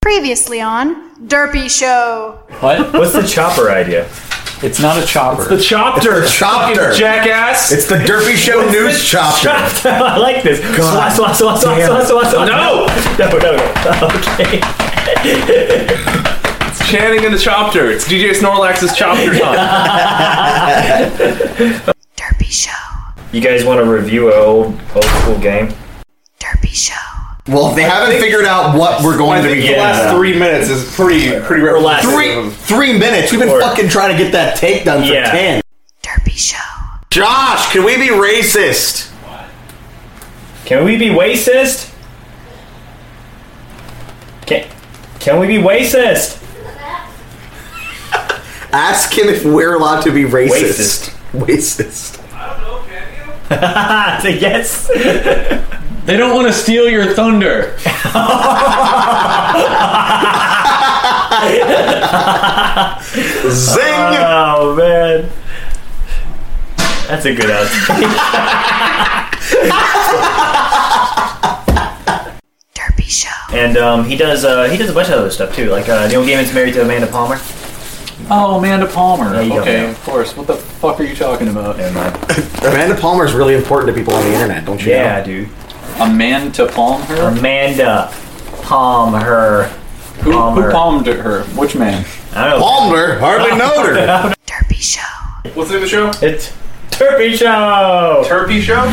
Previously on Derpy Show. What? What's the chopper idea? It's not a chopper. The chopter, chopter. jackass. It's the Derpy Show News Chopper. I like this. God Swa- swa- swa- swa- swa- damn. swa- swa- No! No, no, no. Okay. Channing in the chopter. It's DJ Snorlax's chopter time. Derpy Show. You guys want to review an old, old school game? Derpy Show. Well, they haven't figured out what we're going I to think be the getting last at. three minutes is pretty pretty last three, representative. three minutes. We've been Or- fucking trying to get that take done for Yeah. ten. Derpy Show. Josh, can we be racist? Can we be racist? Can, can we be racist? Ask him if we're allowed to be racist. Racist. Racist. I say yes. They don't want to steal your thunder. Zing! Oh, man. That's a good answer. Derpy Show. and um, he does uh, he does a bunch of other stuff, too. Like uh, Neil Gaiman's married to Amanda Palmer. Oh, Amanda Palmer. you go. Okay, of course. What the fuck are you talking about? Amanda Palmer is really important to people on the internet, don't you Yeah, dude. Amanda Palm her? Amanda Palm her. Who, Palmer. who palmed her? Which man? I don't know? know. Palmer hardly knowed her. Derpy Show. What's the name of the show? It's Turpy Show. Turpy Show?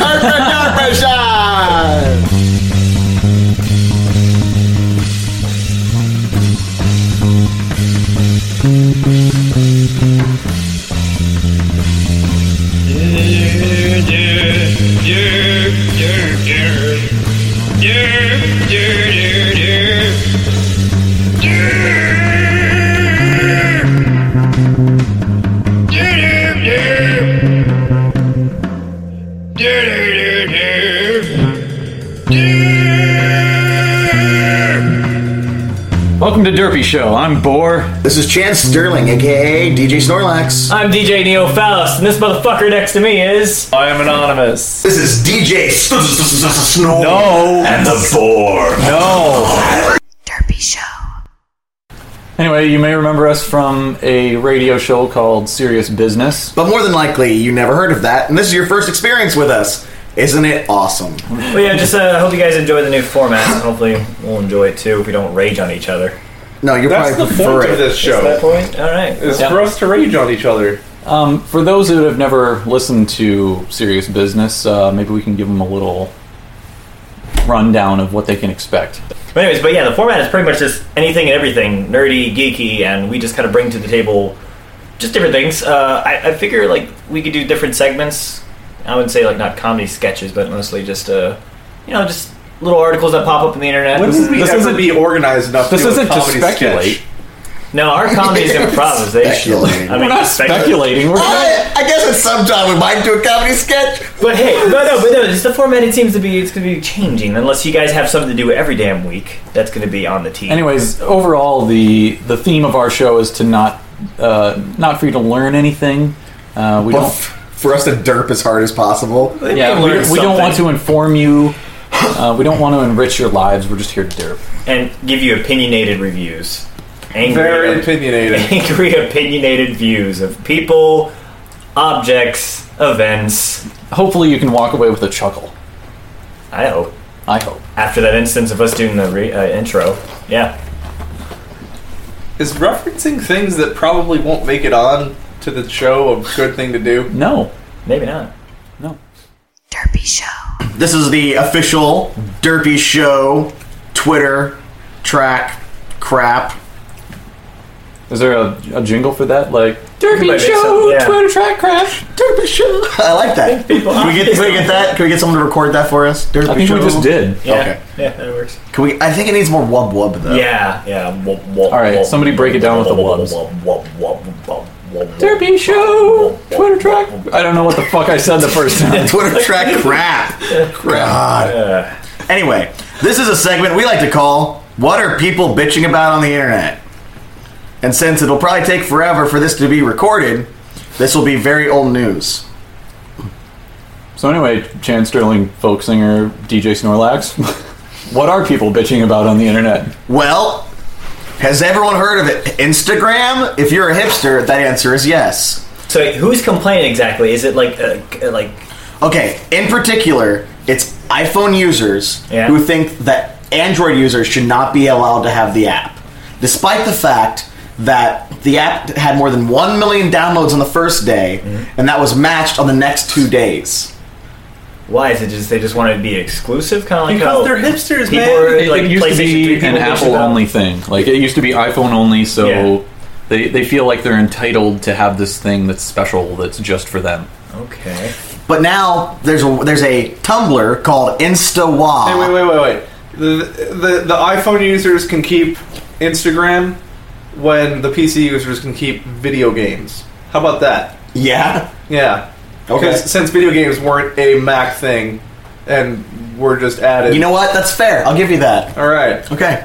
Welcome to Derpy Show. I'm Boar. This is Chance Sterling, aka DJ Snorlax. I'm DJ Neo Faust, and this motherfucker next to me is. I am anonymous. This is DJ Snow. Oh And the boar. no! Derpy Show. Anyway, you may remember us from a radio show called Serious Business. But more than likely, you never heard of that, and this is your first experience with us. Isn't it awesome? Well, yeah, just uh, hope you guys enjoy the new format. and Hopefully, we'll enjoy it too if we don't rage on each other. No, you're That's the probably point prefer of it. this At that show. point, all right. Is for us to rage on each other. Um, for those that have never listened to Serious Business, uh, maybe we can give them a little rundown of what they can expect. But anyways, but yeah, the format is pretty much just anything and everything, nerdy, geeky, and we just kind of bring to the table just different things. Uh, I, I figure like we could do different segments. I would say like not comedy sketches, but mostly just uh, you know, just little articles that pop up in the internet. What This is- is- We This have to isn't- be organized enough. This do a isn't to comedy sketch. speculate. No, our comedy is improvisation. Speculating. I mean, We're not speculative. speculating. We're not- I, I guess at some time we might do a comedy sketch. But hey, no, no, but no. Just the format. It seems to be it's going to be changing unless you guys have something to do every damn week. That's going to be on the team. Anyways, overall, the the theme of our show is to not uh, not for you to learn anything. Uh, we Well, don't. f- for us to derp as hard as possible. Yeah, we, learn we don't something. want to inform you. Uh, we don't want to enrich your lives. We're just here to derp. and give you opinionated reviews. Angry, Very opinionated. angry, opinionated views of people, objects, events. Hopefully, you can walk away with a chuckle. I hope I hope. after that instance of us doing the re- uh, intro, yeah, Is referencing things that probably won't make it on to the show a good thing to do? No, maybe not. no. Derpy Show. This is the official Derpy Show Twitter track crap. Is there a, a jingle for that? Like Derby Might make Show, sense, yeah. Twitter track crash. Derby show. I like that. Can People- we get can we get that? Can we get someone to record that for us? Derby I think show. we just did. Yeah, Okay. yeah, that works. Can we? I think it needs more wub wub though. Yeah, yeah. Wub, wub, All right, wub, somebody break it down with the wub, wubs. wub, wub, wub, wub, wub, Derby show, Twitter track. I don't know what the fuck I said the first time. Twitter track crap. God. Anyway, this is a segment we like to call What Are People Bitching About on the Internet? And since it'll probably take forever for this to be recorded, this will be very old news. So anyway, Chan Sterling, folk singer, DJ Snorlax. what are people bitching about on the internet? Well, has everyone heard of it? Instagram? If you're a hipster, that answer is yes. wub. So who's complaining exactly? Is it like uh, c- uh, like Okay, in particular, it's iPhone users Yeah. who think that Android users should not be allowed to have the app, despite the fact that the app had more than 1 million downloads on the first day, and that was matched on the next two days. why is it just they just want to be exclusive? Kind of like Because how they're hipsters, people man. Are, It, like, it used to PlayStation 3 be people an bitch Apple about- only thing. Like it used to be iPhone only, so Yeah. they they feel like they're entitled to have this thing that's special that's just for them. Okay. But now there's a, there's a Tumblr called InstaWa. Hey, wait, wait, wait, wait. The, the the iPhone users can keep Instagram when the PC users can keep video games. How about that? Yeah. Yeah. Okay. Because since video games weren't a Mac thing, and were just added. You know what? That's fair. I'll give you that. All right. Okay.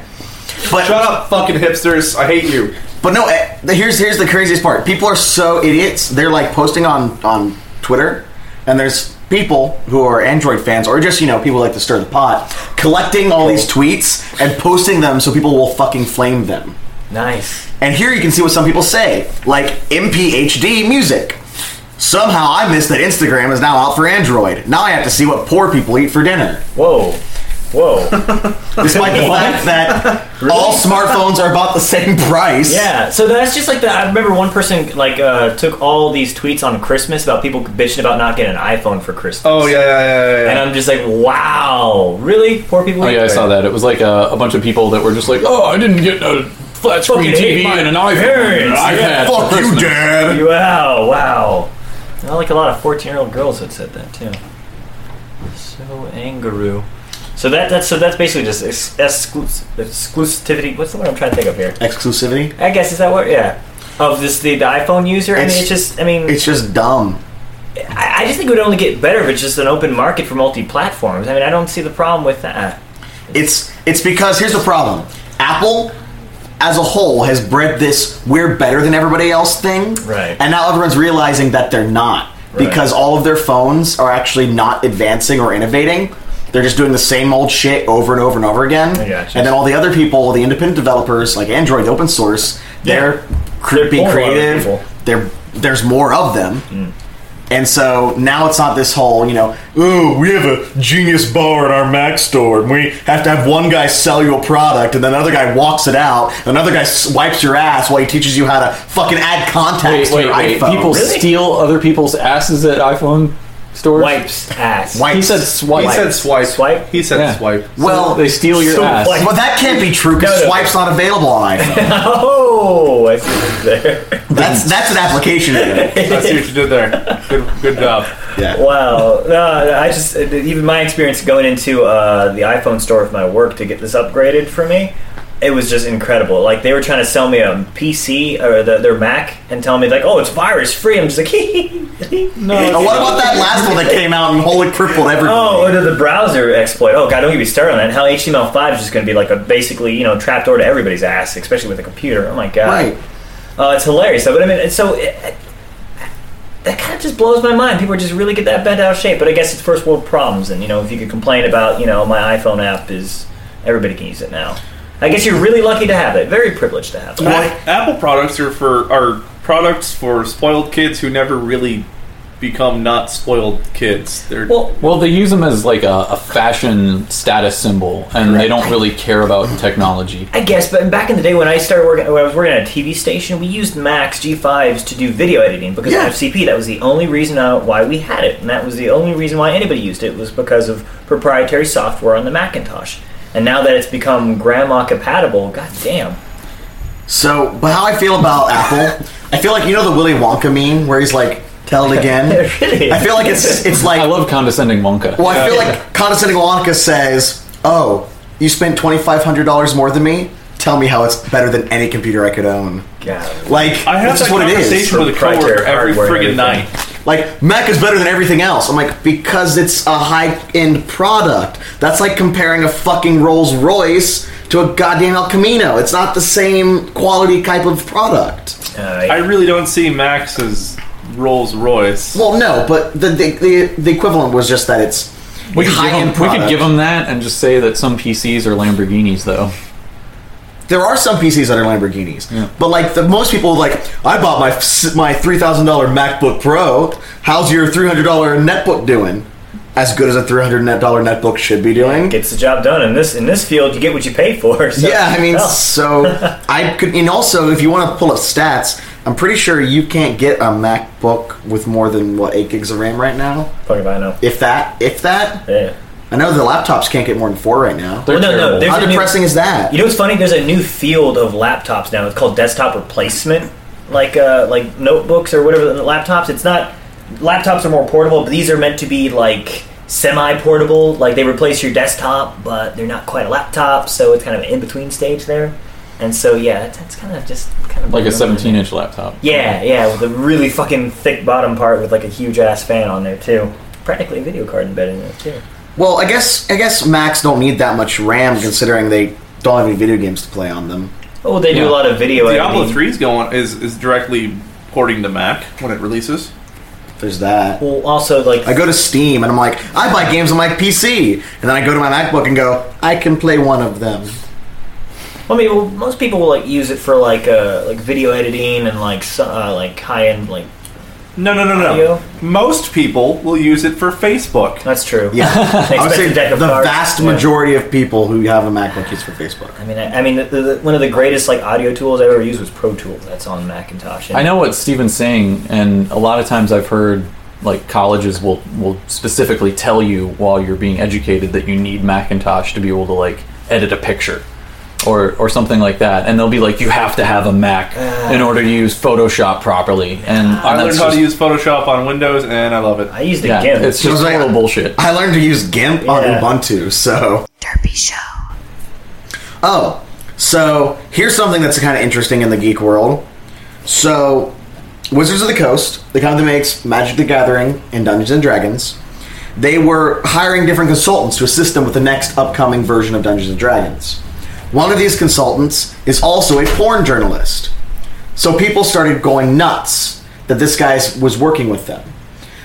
But Shut up, fucking hipsters! I hate you. But no, eh, the- here's here's the craziest part. People are so idiots. They're like posting on on Twitter, and there's people who are Android fans or just you know people who like to stir the pot, collecting all these tweets and posting them so people will fucking flame them. Nice. And here you can see what some people say, like MPHD music. Somehow I missed that Instagram is now out for Android. Now I have to see what poor people eat for dinner. Whoa. Whoa. Despite the fact that all smartphones are about the same price. yeah. So that's just like the. I remember one person like uh, took all these tweets on Christmas about people bitching about not getting an iPhone for Christmas. Oh yeah, yeah, yeah, yeah. And uh, I'm just like, wow, really? Poor people. Oh yeah, I saw that. It was like uh, a, a bunch of people that were just like, "Oh, I didn't get a flat Fucking screen hate TV my and an iPhone, and an parents. iPad Yeah, for Fuck you, Christmas." Dad. Wow, wow. Not like a lot of 14 year old girls had said that, too. So angaroo. So that that's so that's basically just ex- exclus- exclusivity. What's the word I'm trying to think of here? Exclusivity? I guess is that what? Yeah, of this the, the iPhone user. I mean, It's- it's just. I mean, It's just dumb. I, I just think it would only get better if it's just an open market for multi platforms. I mean, I don't see the problem with that. It's it's because here's the problem. Apple as a whole has bred this we're better than everybody else thing. Right. And now everyone's realizing that they're not Right. because all of their phones are actually not advancing or innovating. They're just doing the same old shit over and over and over again. gotcha. And then all the other people, the independent developers like Android, the open source, they're They're creepy pulling a lot of people. creative. There there's more of them. And so now it's not this whole, you know, ooh, we have a genius bar at our Mac store, and we have to have one guy sell you a product, and then another guy walks it out, another guy wipes your ass while he teaches you how to fucking add Wait, contacts wait, to your wait! iPhone. People Really? steal other people's asses at iPhone stores. Wipes ass. Wipes. He said swipe. he said swipe. Swipe? He said Yeah. swipe. well, they steal your so- ass. Well, that can't be true because No, no, no. swipe's not available on iPhone. Oh, I see what's there. that's that's an application. error. I see what you did there. Good, good job. Yeah. Wow. No, no, I just even my experience going into uh, the iPhone store with my work to get this upgraded for me, it was just incredible. Like they were trying to sell me a PC or the, their Mac and tell me like, oh, it's virus free. I'm just like, no. Oh, what about that last one that came out and wholly crippled everybody? Oh, or the, the browser exploit. Oh God, don't get me started on that. How HTML5 is just going to be like a basically you know trapdoor to everybody's ass, especially with a computer. Oh my God. right. Uh, it's hilarious. But I mean, it's so it, it- that kind of just blows my mind. People just really get that bent out of shape. But I guess it's first world problems, and you know, if you could complain about, you know, my iPhone app is everybody can use it now. I guess you're really lucky to have it. Very privileged to have it. Apple, Apple products are for are products for spoiled kids who never really become not spoiled kids. They're Well, Well, they use them as like a, a fashion status symbol, and they don't really care about technology. I guess, but back in the day when I started working, when I was working at a TV station, we used Macs G5s to do video editing because Yeah. of FCP. That was the only reason uh, why we had it, and that was the only reason why anybody used it was because of proprietary software on the Macintosh. And now that it's become grandma compatible, goddamn, So, but how I feel about Apple, I feel like you know the Willy Wonka meme where he's like, "Tell it again." It really is. I feel like it's it's like I love condescending Wonka. Well, I feel like condescending Wonka says, "Oh, you spent twenty five hundred dollars more than me. Tell me how it's better than any computer I could own." God. Like I have that's that just what it is. conversation with a coworker Proprietary every hardware friggin' and night. everything. Like Mac is better than everything else. I'm like because it's a high end product. That's like comparing a fucking Rolls Royce to a goddamn El Camino. It's not the same quality type of product. Alright. I really don't see Max as Rolls Royce. Well, no, but the the, the, the equivalent was just that it's we, could give high them, end we could give them that and just say that some PCs are Lamborghinis, though. There are some PCs that are Lamborghinis, but like the most people, like I bought my f- my three thousand dollar MacBook Pro. How's your three hundred dollar netbook doing? As good as a three hundred dollar netbook should be doing. gets the job done in this in this field you get what you pay for so- yeah, I mean, Oh. so I could, and also if you want to pull up stats, I'm pretty sure you can't get a MacBook with more than what eight gigs of RAM right now. fuck if I know If that, if that, yeah I know the laptops can't get more than four right now. They're Well, no, no, terrible. they're- How There's a new- depressing is that? you know what's funny there's a new field of laptops now it's called desktop replacement like uh like notebooks or whatever laptops it's not laptops are more portable but these are meant to be like semi portable like they replace your desktop but they're not quite a laptop so it's kind of an in between stage there and so yeah it's, it's kind of just kind of like a 17 inch laptop. Yeah, yeah, with a really fucking thick bottom part with like a huge ass fan on there too. Practically a video card embedded in there too. Well, I guess I guess Macs don't need that much RAM considering they don't have any video games to play on them. Oh, they do Yeah. a lot of video Diablo editing. three's going is is directly porting to Mac when it releases. There's that. Well, also like I go to Steam and I'm like, I buy games on my PC, and then I go to my MacBook and go, I can play one of them. I mean, well, most people will like use it for like uh like video editing and like so- uh, like high end like No, no, no, no. Audio? Most people will use it for Facebook. that's true. Yeah, An I would say expensive deck the of cards. vast Yeah. majority of people who have a MacBook use for Facebook. I mean, I, I mean, the, the, the- one of the greatest like audio tools I ever used was Pro Tools. That's on Macintosh. And I know what Steven's saying, and a lot of times I've heard like colleges will will specifically tell you while you're being educated that you need Macintosh to be able to like edit a picture. Or, or something like that, and they'll be like, "You have to have a Mac in order to use Photoshop properly." And, and Ah. I learned that's how just- to use Photoshop on Windows, and I love it. I used it Yeah, again. it's just Sounds like- total bullshit. I learned to use GIMP on Yeah. Ubuntu, so Derpy Show. Oh, so here's something that's kind of interesting in the geek world. So, Wizards of the Coast, the company that makes Magic the Gathering and Dungeons and Dragons, they were hiring different consultants to assist them with the next upcoming version of Dungeons and Dragons. One of these consultants is also a porn journalist. So people started going nuts that this guy was working with them.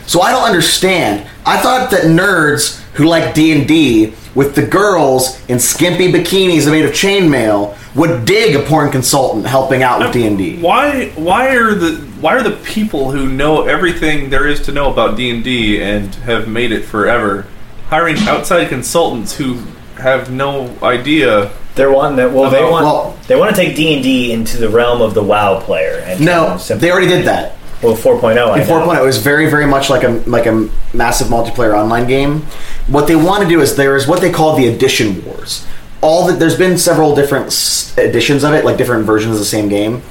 So I don't understand. I thought that nerds who like D and D with the girls in skimpy bikinis made of chainmail would dig a porn consultant helping out with D and D. Why? Why are the Why are the people who know everything there is to know about D and D and have made it forever hiring outside consultants who have no idea? They're one that well they Well, want well- they want to take D and D into the realm of the WoW player. And No, Sim- they already did that. well 4.0. I In oh, know. 4.0, it was very, very much like a like a massive multiplayer online game. What they want to do is there is what they call the edition wars. All that there's been several different s- editions of it, like different versions of the same game,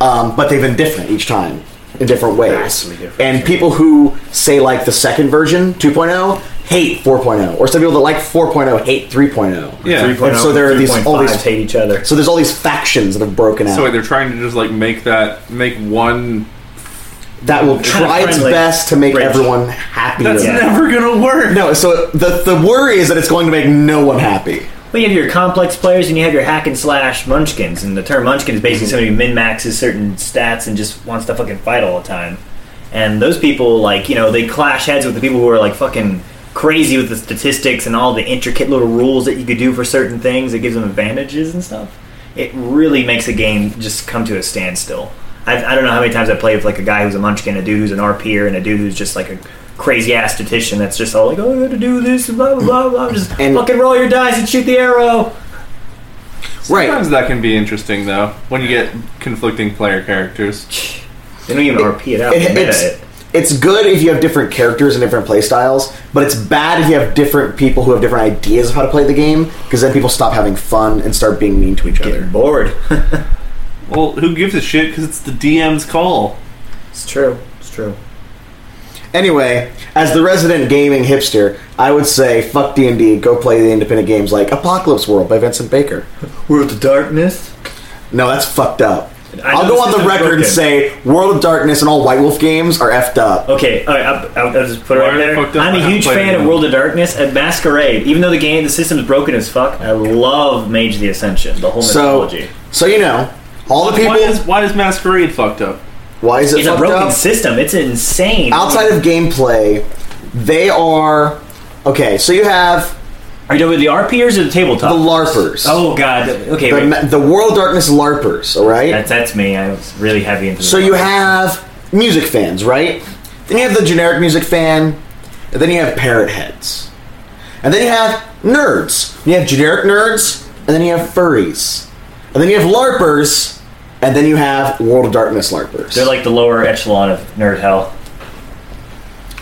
um, but they've been different each time in different ways. Vastly different. And people who say like the second version 2.0 hate 4.0, or some people that like 4.0 hate 3.0. Yeah. oh And so there are these all these 3.5s hate each other. So there's all these factions that have broken out So they're trying to just like make that make one. that will try its friendly best to make bridge. everyone happy. That's never gonna work. No, so the the worry is that it's going to make no one happy. Well, you have your complex players and you have your hack and slash munchkins, and the term munchkin is basically somebody who min maxes certain stats and just wants to fucking fight all the time. And those people, like, you know, they clash heads with the people who are, like, fucking crazy with the statistics and all the intricate little rules that you could do for certain things. It gives them advantages and stuff. It really makes a game just come to a standstill. I, I don't know how many times I played with, like, a guy who's a munchkin, a dude who's an RPer, and a dude who's just, like, a crazy ass statistician that's just all like, oh, I gotta do this, and blah, blah, blah, blah. Just And- fucking roll your dice and shoot the arrow. Sometimes that can be interesting though when you get conflicting player characters. They don't even RP it out. It- They meta it's, it. it's good if you have different characters and different play styles, but it's bad if you have different people who have different ideas of how to play the game because then people stop having fun and start being mean to each other. Bored. Well, who gives a shit? Because it's the DM's call. It's true. It's true. Anyway, as the resident gaming hipster, I would say fuck D and D. Go play the independent games like Apocalypse World by Vincent Baker. We're the darkness. No, that's fucked up. I I'll know go this on the isn't record broken. and say World of Darkness and all White Wolf games are effed up. Okay, all right, I'll, I'll, I'll just put it Why right are they there. fucked up? I'm I a haven't huge played fan it of yet. World of Darkness and Masquerade. Even though the game, the system's broken as fuck, I love Mage the Ascension, the whole So, mythology. so you know, all the people. Why is why is Masquerade fucked up? it it's a fucked broken up? system. It's insane. Outside of gameplay, they are okay. So you have are you done with the RPers or the tabletop? the LARPers, Oh God. Okay, the, wait. ma- the World of Darkness LARPers. All right. that's that's me. I was really heavy into. So the- you have music fans, right? Then you have the generic music fan, and then you have parrot heads. And then you have nerds. You have generic nerds, and then you have furries. And then you have LARPers, and then you have World of Darkness LARPers. They're like the lower echelon of nerd hell.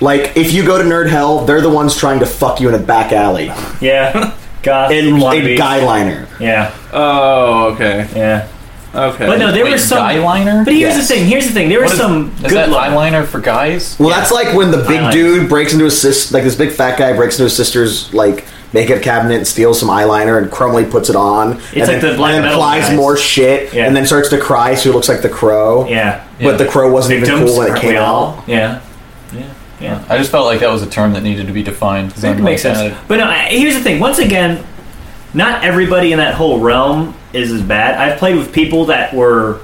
Like, if you go to Nerd Hell, they're the ones trying to fuck you in a back alley. Yeah. God. In, in Guyliner. Yeah. Oh, okay, Yeah. okay. But no, there Wait, were some. guy liner? But here's Yes. the thing. Here's the thing. There were What is- some Is good that luck. eyeliner for guys? Well, that's like when the big Eyeliner. dude breaks into his sis, like this big fat guy breaks into his sister's like makeup cabinet and steals some eyeliner and crumly puts it on. and like then, the black and then metal applies guys. more shit Yeah. and then starts to cry, so he looks like the crow. Yeah. But the crow wasn't even Victims, cool when it aren't we came all? out. Yeah. Yeah. Yeah. I just felt like that was a term that needed to be defined. 'cause I'm It makes like, sense. uh, But no, I- here's the thing. Once again, not everybody in that whole realm is as bad. I've played with people that were,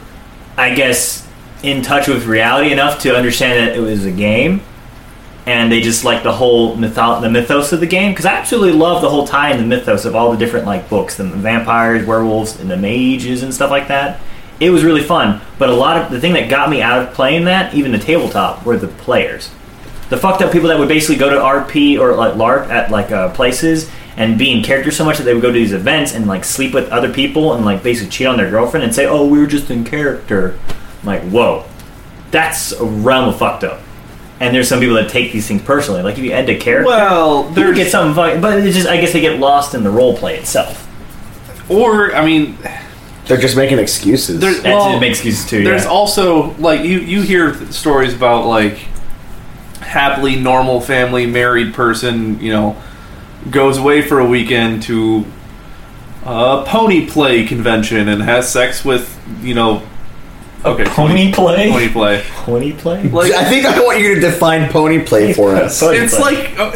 I guess, in touch with reality enough to understand that it was a game, and they just like the whole mytho- the mythos of the game. Because I absolutely love the whole tie in the mythos of all the different like books, the vampires, werewolves, and the mages and stuff like that. It was really fun. But a lot of the thing that got me out of playing that, even the tabletop, were the players the fucked up people that would basically go to RP or like LARP at like uh, places and be in character so much that they would go to these events and like sleep with other people and like basically cheat on their girlfriend and say, "Oh, we were just in character." I'm like, whoa, that's a realm of fucked up. And there's some people that take these things personally. Like if you end a character, well, you there's get something fucking. But it's just, I guess they get lost in the role play itself. or I mean, They're just making excuses. there's That's well, it makes excuses too. There's yeah. also like you you hear th- stories about like happily normal family married person you know goes away for a weekend to a pony play convention and has sex with you know okay pony play. pony play Pony play. like I think I want you to define pony play for us. Pony it's play. like uh,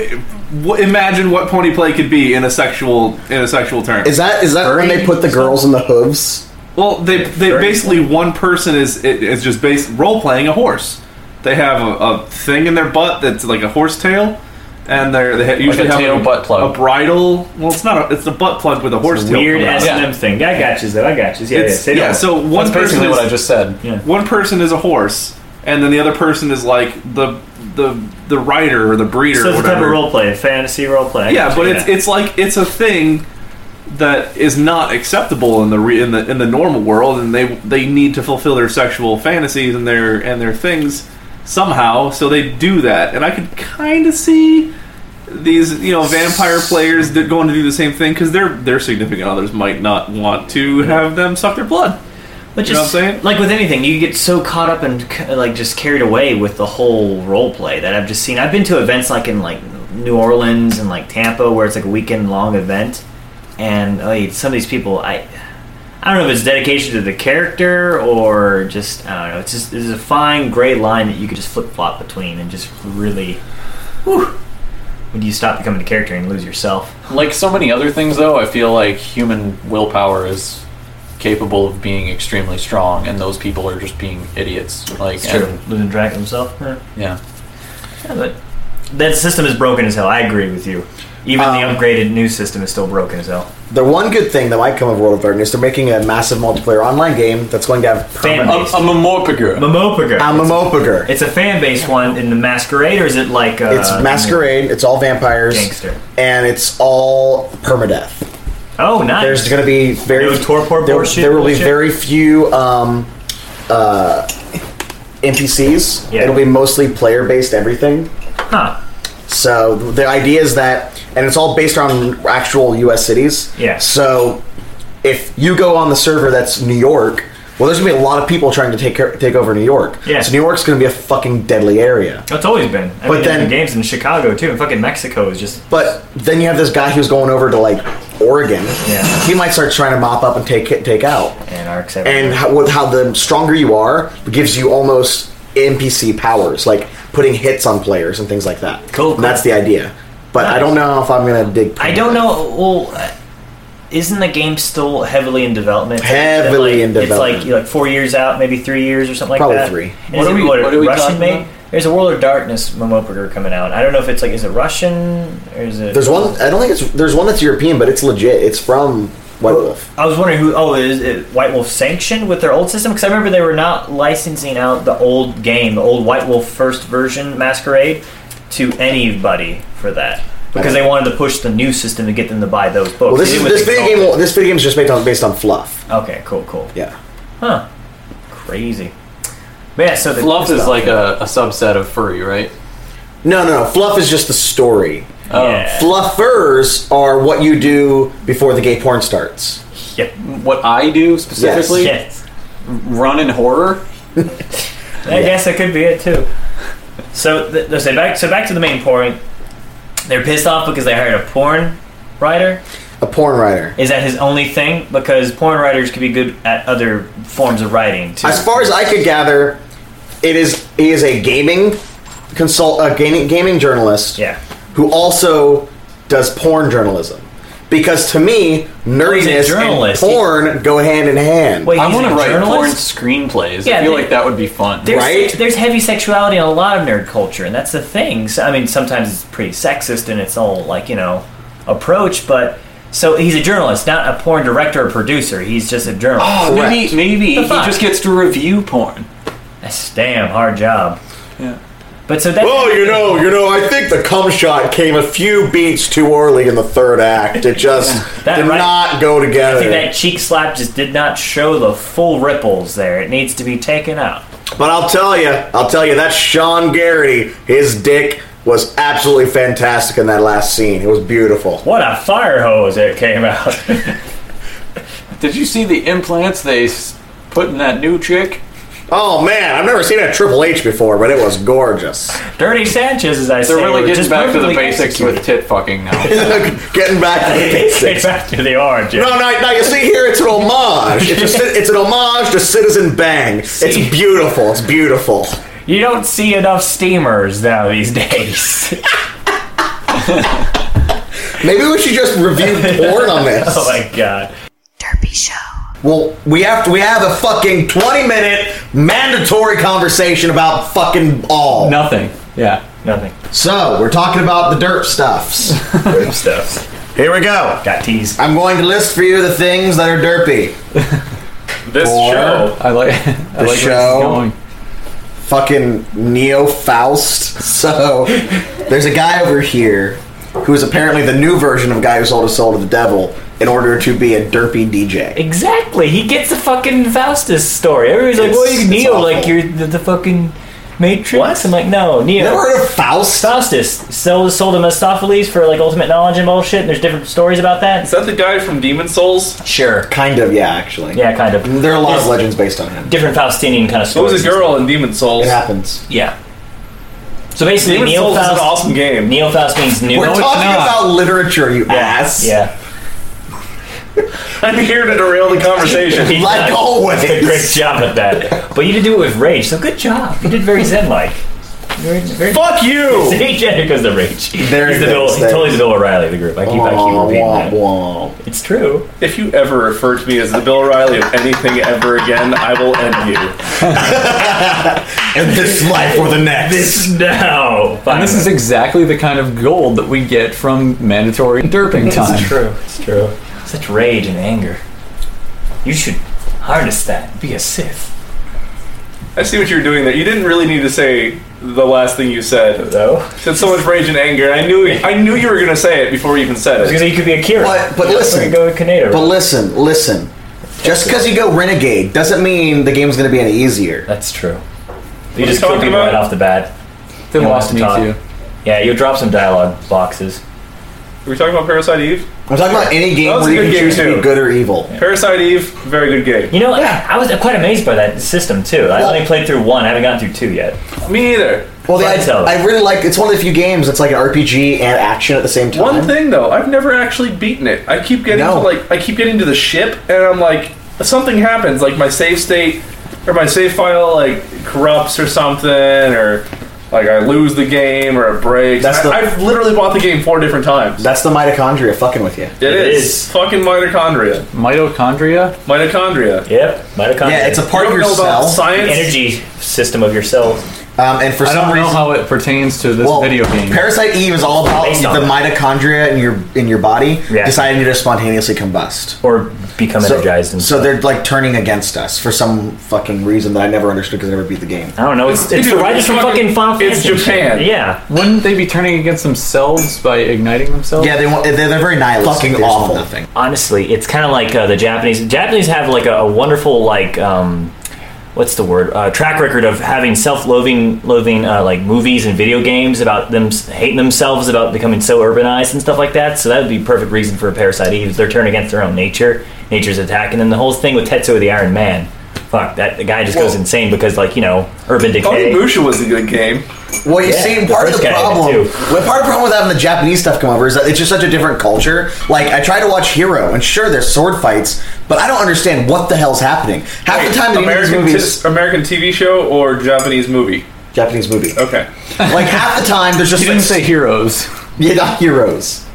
w- imagine what pony play could be in a sexual in a sexual term Is that is that when they put the girls in the hooves? Well, they they Very basically one person is it is just based role playing a horse. They have a, a thing in their butt that's like a horse tail, and they're they ha- usually a have tail a, butt plug. a bridle. Well, it's not a it's a butt plug with a horse tail. weird coming out. S and M thing. I got you, though. I got you. Yeah, It's- yeah. say no yeah, more. so one That's person basically is, what I just said. Yeah. one person is a horse, and then the other person is like the the the rider or the breeder. So or it's a whatever. type of role play, a fantasy role play. I Yeah, got but you, it's it's like it's a thing that is not acceptable in the re, in the in the normal world, and they they need to fulfill their sexual fantasies and their and their things somehow. So they do that, and I could kind of see these you know vampire players that going to do the same thing because their their significant others might not want to have them suck their blood. But You know just what I'm saying? like with anything, you get so caught up and c- like just carried away with the whole role play that I've just seen. I've been to events like in like New Orleans and like Tampa where it's like a weekend long event, and like, some of these people, I, I don't know if it's dedication to the character or just I don't know. It's just there's a fine gray line that you could just flip flop between and just really, whew, when you stop becoming a character and lose yourself. Like so many other things, though, I feel like human willpower is capable of being extremely strong, and those people are just being idiots. Like, and- losing track of himself. Huh. yeah. Yeah, but that system is broken as hell. I agree with you. Even the Um, upgraded new system is still broken as hell. The one good thing that might come of World of Darkness, they're making a massive multiplayer online game that's going to have Fan permanent. based. I'm a Morpiger. Momopiger. um, Amamopiger. it's a fan based one in the Masquerade, or is it like. Uh, It's masquerade. It's all vampires, Gangster. and it's all permadeath. Oh, nice. There's going to be very No torpor there, bullshit there will be bullshit? very few um, uh, NPCs. Yeah. It'll be mostly player based everything. Huh. So the idea is that, and it's all based on actual U.S. cities. Yeah. So if you go on the server that's New York, Well, there's gonna be a lot of people trying to take care, take over New York. Yeah. So New York's gonna be a fucking deadly area. That's always been. I But mean, then- the games in Chicago too, and fucking Mexico is just But then you have this guy who's going over to like Oregon. Yeah. He might start trying to mop up and take take out. anarchs. And everywhere. how, with how the stronger you are, it gives you almost NPC powers, like putting hits on players and things like that. Cool, cool. And that's the idea. But I don't know if I'm gonna dig. I don't know. Well, uh, isn't the game still heavily in development? Heavily Like, in It's development. like like four years out, maybe three years or something like Probably that. three. And What is are it, we- what, what are we Russian talking made? about? There's a World of Darkness Momopoker coming out. I don't know if it's like is it Russian or is it? There's one. I don't think it's. There's one that's European, but it's legit. It's from White Wolf. I was wondering who. Oh, is it White Wolf sanctioned with their old system? Because I remember they were not licensing out the old game, the old White Wolf first version Masquerade, to anybody for that because they wanted to push the new system to get them to buy those books. Well, this They is, did with this video Exalted. game. This video game is just based on based on fluff. Okay, cool, cool. Yeah. Huh. Crazy. But yeah, so the Fluff is like a, a subset of furry, right? No, no, no. Fluff is just the story. oh, yeah. Uh, Fluffers are what you do before the gay porn starts. Yep. What I do specifically, Yes. run in horror. I guess that could be it too. So, th- th- so back so back to the main point. They're pissed off because they hired a porn writer. A porn writer. Is that his only thing? Because porn writers could be good at other forms of writing too. As far as I could gather, it is he is a gaming consult a gaming, gaming journalist. Yeah. Who also does porn journalism. Because to me, nerdiness and journalist. porn go hand in hand. Wait, I he's want a to write porn journalist? screenplays. Yeah, I feel they- like that would be fun. There's, right? there's heavy sexuality in a lot of nerd culture, and that's the thing. So, I mean, sometimes it's pretty sexist in its own, like, you know, approach, but. So he's a journalist, not a porn director or producer. He's just a journalist. Oh, maybe Correct. maybe The he fuck? just gets to review porn. That's damn hard job. Yeah. But so that's. Well, Oh, you know, you know, I think the cum shot came a few beats too early in the third act. It just That did right- not go I together. think that cheek slap just did not show the full ripples there. It needs to be taken out. But I'll tell you, I'll tell you, that's Sean Garrity. His dick was absolutely fantastic in that last scene. It was beautiful. What a fire hose it came out. Did you see the implants they s- put in that new chick? Oh man, I've never seen a Triple H before, but it was gorgeous. Dirty Sanchez, as I They're said. really getting back to the basics with tit fucking now. Getting back to the basics. back to the orange. No, no, no, you see here, it's an homage. It's, a, ci- it's an homage to Citizen Bang. It's beautiful. It's beautiful. You don't see enough steamers now these days. Maybe we should just review porn on this. oh my god. Derpy Show. Well, we have to, we have a fucking twenty minute mandatory conversation about fucking all. Nothing. Yeah. Nothing. So we're talking about the derp stuffs. Good stuff. Here we go. Got teased. I'm going to list for you the things that are derpy. This Or- show. I like. I like where this is show. going. Fucking Neo Faust. So there's a guy over here who is apparently the new version of a guy who sold his soul to the devil in order to be a derpy DJ. Exactly. He gets the fucking Faustus story. Everybody's like, It's- "What you it's Neo? awful. Like you're the, the fucking Matrix?" I'm like, "No, Neo." Never heard of Faust? Faustus sold sold to Mephistopheles for like ultimate knowledge and bullshit. And there's different stories about Is that. that the guy from Demon Souls? Sure. Kind of, yeah, actually. Yeah, kind of. There are a lot Yes. of legends based on him. Different Faustinian kind There of stories. was a girl in Demon Souls. It happens. Yeah. So basically, Demon Neo Souls is an Faust. awesome game. Neo Faust means new. We're talking about literature, you ass. Yeah. I'm here to derail the conversation. He Like does. always. Great job at that. But you did do it with rage, so good job. You did very zen-like. Very, very Fuck you! See, Jenny because the rage. There he's it the is, Bill, he's there. totally the Bill O'Reilly of the group. I keep, I keep Wah, repeating wah, that. wah. It's true. If you ever refer to me as the Bill O'Reilly of anything ever again, I will end you. And this life or the next. No. And this is exactly the kind of gold that we get from mandatory derping time. It's true. It's true. Such rage and anger. You should harness that. Be a Sith. I see what you're doing there. You didn't really need to say the last thing you said. Though. Said so much rage and anger. I knew I knew you were gonna say it before you even said Because it. you could be a Kira. But- but You listen. could go with Kaneda. But listen, listen. Just because you go renegade doesn't mean the game's going to be any easier. That's true. You are you just killed talking people right about? off the bat. They You lost want me to talk? too. Yeah, you drop some dialogue boxes. Are we talking about Parasite Eve? I'm talking about any That game was where a you good can game, choose to too. be good or evil. Parasite Eve, very good game. You know, I was quite amazed by that system too. I only played through one. I haven't gotten through two yet. Me either. Well, the, Right, so. I, I really like. It's one of the few games that's like an RPG and action at the same time. One thing though, I've never actually beaten it. I keep getting No. to like I keep getting to the ship and I'm like something happens, like my save state or my save file like corrupts or something or like I lose the game or it breaks. That's I, the- I've literally bought the game four different times. That's the mitochondria fucking with you. it It is. is. fucking mitochondria. Mitochondria? Mitochondria. Yep, mitochondria. Yeah, it's a You part of don't your know about cell. the science. energy system of your cells. Um, and for I some don't know reason, how it pertains to this well, video game. Parasite Eve is all about Based on the that. mitochondria in your in your body Yeah. deciding to just spontaneously combust. Or become So, energized and so they're like turning against us for some fucking reason that I never understood because I never beat the game. I don't know. It's, it's Dude, the writers it's from fucking- fucking Final it's Fantasy. Japan. shit. Yeah. Wouldn't they be turning against themselves by igniting themselves? Yeah, they want, they're, they're very nihilistic. Fucking They just awful. want Nothing. Honestly, it's kind of like uh, the Japanese. Japanese have like a, a wonderful like um, what's the word? Uh, track record of having self-loathing, loathing uh, like movies and video games about them s- hating themselves about becoming so urbanized and stuff like that. So that would be perfect reason for a Parasite Eve. is They're turning against their own nature. Nature's attack, and then the whole thing with Tetsuo the Iron Man. Fuck that! The guy just goes Well- insane because like you know urban Tony decay. Musha was a good game. Well, you Yeah, see, the part of first the guy did problem, too. well, part of the problem with having the Japanese stuff come over is that it's just such a different culture. Like, I try to watch Hero, and sure, there's sword fights, but I don't understand what the hell's happening half the time. in these American, movies, t- American TV show or Japanese movie? Japanese movie, Okay. like half the time, there's just You didn't like, say heroes. yeah, not heroes.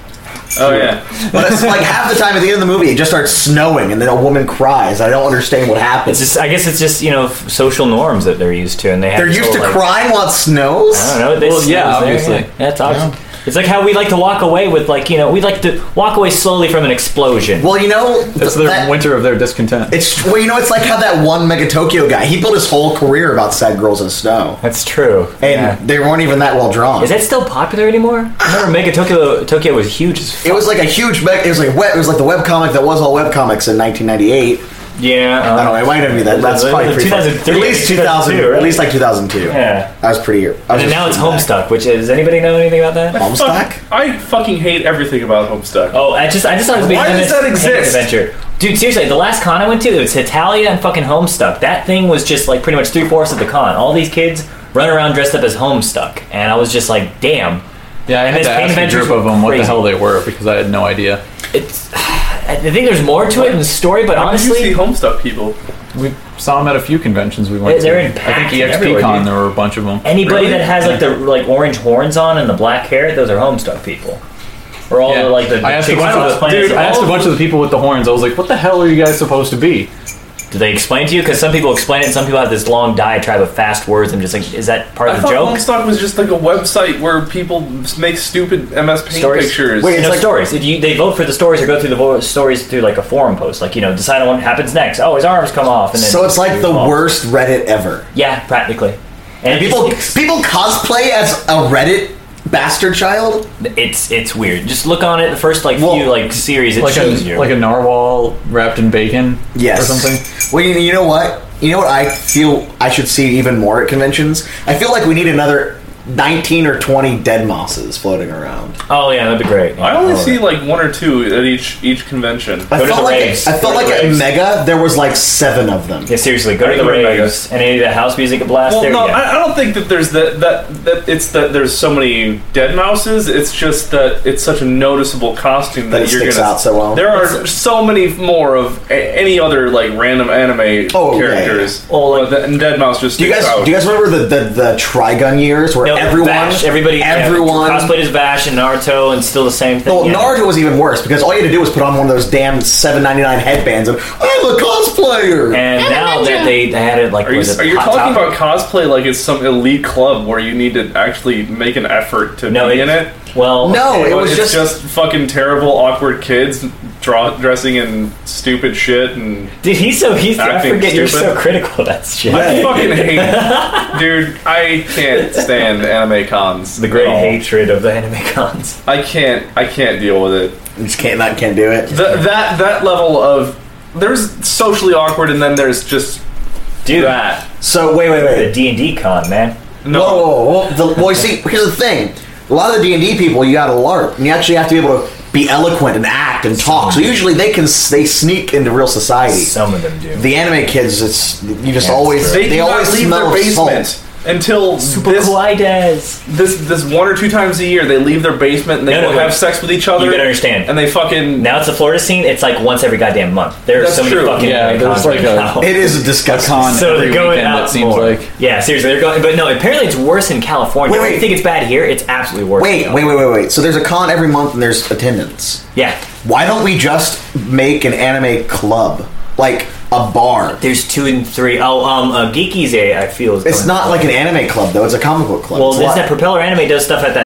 Oh yeah. But it's like half the time at the end of the movie, it just starts snowing, and then a woman cries. I don't understand what happens. It's just, I guess it's just you know f- social norms that they're used to, and they have They're this used whole, to like, crying while it snows. I don't know. This Well, yeah, was there, obviously. yeah. That's awesome. It's like how we like to walk away with, like, you know, we like to walk away slowly from an explosion. Well, you know, That's th- their that- winter of their discontent. It's well, you know, it's like how that one Mega Tokyo guy. He built his whole career about sad girls in snow, That's true. and they weren't even that well drawn. Is that still popular anymore? I remember Mega Tokyo, Tokyo was huge as fuck. it was like a huge. Me- it was like web. It was like the web comic that was all web comics in 1998. yeah. uh, I don't know. It might have been that. That's It was probably pretty. 2003, at least 2000. 2002, right? At least like 2002. Yeah. I was pretty. I was And just now it's pretty back. Homestuck, which is, does anybody know anything about that? Homestuck. I fucking hate everything about Homestuck. Oh, I just, I just thought it was being Why does that exist? Adventure. Dude, seriously, the last con I went to, it was Hitalia and fucking Homestuck. That thing was just like pretty much three fourths of the con. All these kids run around dressed up as Homestuck, and I was just like, damn. Yeah, I had Miss to Pain ask a Adventures group of them what crazy. the hell they were because I had no idea. It's, I think there's more to it in the story, but How did you see honestly, Homestuck people? We saw them at a few conventions we went They- they're to. in I packs think E everywhere, EXPCon dude. there were a bunch of them. anybody Really? that has like the like orange horns on and the black hair, those are Homestuck people. Or all Yeah. the like the, the I asked a chicks bunch on of the the, planet. dude, I asked a all- bunch of the people with the horns. I was like, "What the hell are you guys supposed to be?" Do they explain to you? Because some people explain it, and some people have this long diatribe of fast words. and just like, is that part I of the thought joke? Homestuck was just like a website where people make stupid MS Paint Stories. pictures. you know, stories. If you, they vote for the stories or go through the vo- stories through like a forum post. Like you know, decide on what happens next. Oh, his arms come off, and then So it's like the Oh. worst Reddit ever. Yeah, practically. And People it's, people cosplay as a Reddit bastard child. it's it's weird. Just look on it. The first like Well, few like series, it Like shows a you like a narwhal wrapped in bacon, Yes. or something. Well, you, you know what? You know what I feel I should see even more at conventions? I feel like we need another 19 or 20 dead mosses floating around. Oh yeah, that'd be great. Oh, I only see like one or two at each each convention. Go I to felt the like raves. I felt Go to like the at raves. Mega there was like seven of them. Yeah, seriously, go to I the agree with raves and any of the house music at blast. Well, there, no, yeah. I, I don't think that there's that, that that it's that there's so many dead mouses. It's just that it's such a noticeable costume That that, it you're sticks gonna. out so well. There are so many more of a, any other like random anime Oh, yeah, characters. yeah. Well, like- But the- and dead mouse just Do you sticks guys out. do you guys remember the the, the Trigun years where No, everyone Vash, everybody, yeah, everyone cosplayed as Vash and Naruto, and still the same thing. Well, yeah. Naruto was even worse because all you had to do was put on one of those damn 7.99 headbands and I'm a cosplayer. And now that they, they had it like, Are you, was it are you Hot talking Topic? about cosplay like it's some elite club where you need to actually make an effort to No, be it- in it? Well, no, But it was it's just, just, fucking terrible, awkward kids draw, dressing in stupid shit, and dude, he's so he's. I Acting forget you're stupid. so critical of that shit. I fucking hate, dude. I can't stand anime cons. The great at all. hatred of the anime cons. I can't. I can't deal with it. just can't not can't do it. Th- that that level of there's socially awkward, and then there's just Dude, that. So wait, wait, wait. the D and D con, man. No, Whoa, whoa, whoa. The, well, you see, here's the thing. A lot of the D and D people, you got to LARP, and you actually have to be able to be eloquent and act and talk. So usually they can they sneak into real society. Some of them do. the anime kids, it's you just Yeah, always that's they, They, do always not leave smell their of salt. basement until this, this this one or two times a year they leave their basement and they No, no, go no. have sex with each other. You gotta understand. And they fucking Now it's the Florida scene. It's like once every goddamn month. There are That's so many true. fucking Yeah, anime there's cons like right a- now. It is a disgusting. Con so every they're going weekend, out it seems more. like. Yeah, seriously, they're going. But no, apparently it's worse in California. Wait, If wait. you think it's bad here? It's absolutely worse. Wait, wait, wait, wait, wait. So there's a con every month and there's attendance. Yeah, Why don't we just make an anime club like a bar? there's two and three. Oh, um, uh, Geeky's a I feel is It's going- not like an anime club though. It's a comic book club. Well, It's a this lot- that Propeller Anime does stuff at that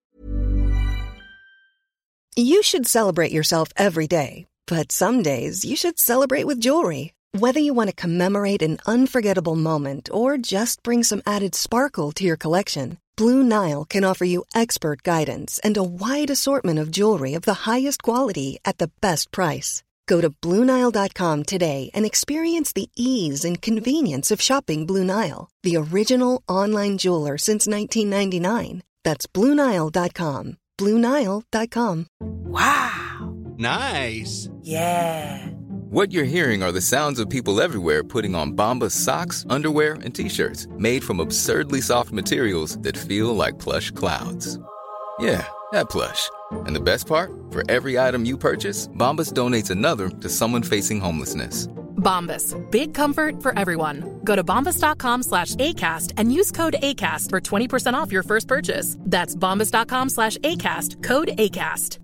You should celebrate yourself every day, but some days you should celebrate with jewelry. Whether you want to commemorate an unforgettable moment or just bring some added sparkle to your collection, Blue Nile can offer you expert guidance and a wide assortment of jewelry of the highest quality at the best price. Go to BlueNile.com today and experience the ease and convenience of shopping Blue Nile, the original online jeweler since 1999. That's BlueNile.com. BlueNile.com. Nice. Yeah. What you're hearing are the sounds of people everywhere putting on Bombas socks, underwear, and t-shirts made from absurdly soft materials that feel like plush clouds. Yeah, that plush. And the best part? For every item you purchase, Bombas donates another to someone facing homelessness. Bombas. Big comfort for everyone. Go to bombas.com slash ACAST and use code ACAST for 20% off your first purchase. That's bombas.com slash ACAST. Code ACAST.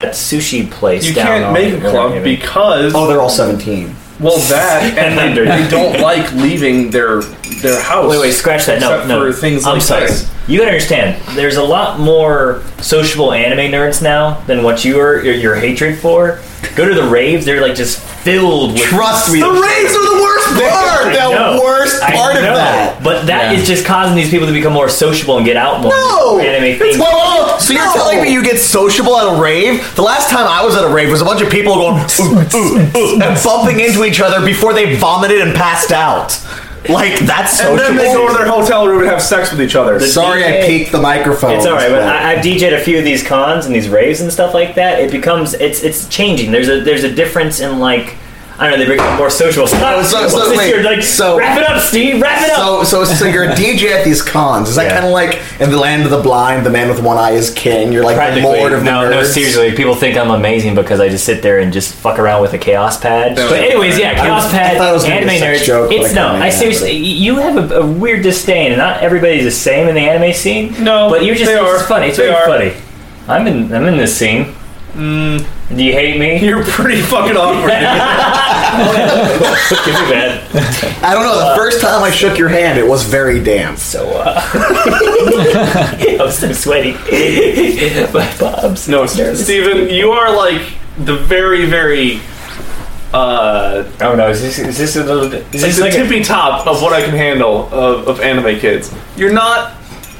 that sushi place. you down can't on make a club whatever. because Oh, they're all seventeen. well that and they, they don't like leaving their their house. Wait, wait, scratch that. No, Except no. for things I'm like sorry. this. You gotta understand. There's a lot more sociable anime nerds now than what you are your, your hatred for. Go to the raves. They're like just filled with Trust me. The raves are the worst part. I The know. worst I part of know. that. But that is just causing these people to become more sociable and get out more. No. anime It's- things. whoa, whoa, whoa. So you're No. telling me you get sociable at a rave? The last time I was at a rave was a bunch of people going ooh, ooh, ooh, and bumping into each other before they vomited and passed out. Like that's And then sociable. they go to their hotel room and have sex with each other. Sorry, I peeked the microphone. It's all right, but I, I've DJed a few of these cons and these raves and stuff like that. It becomes it's it's changing. There's a there's a difference in like I don't know. They become more social. Stop. so- so What's this wait, year? Like, so- wrap it up, Steve. Wrap it up. So, so, so you're a DJ at these cons. Is that Yeah. kind of like in the land of the blind, the man with one eye is king? You're like the Practically, lord of the no, no, nerds? seriously. People think I'm amazing because I just sit there and just fuck around with a chaos pad. No, but no, anyways, yeah, I chaos was- I pad, thought it was gonna be a anime sex nerds. joke, but it's I no. can't make I it seriously, happen. you have a, a weird disdain, and not everybody's the same in the anime scene. No, but you're just they it's are. just funny. It's They very are. Mm. funny. I'm in. I'm in this scene. Do you hate me? You're pretty fucking awkward. dude. Give me that. I don't know. The first time I shook your hand, it was very damp. So, uh, I'm so sweaty. My bobs. no, Steven, you are like the very, very uh Oh no, is this, is this a little bit. Is It's this the like a, tippy top of what I can handle of, of anime kids. You're not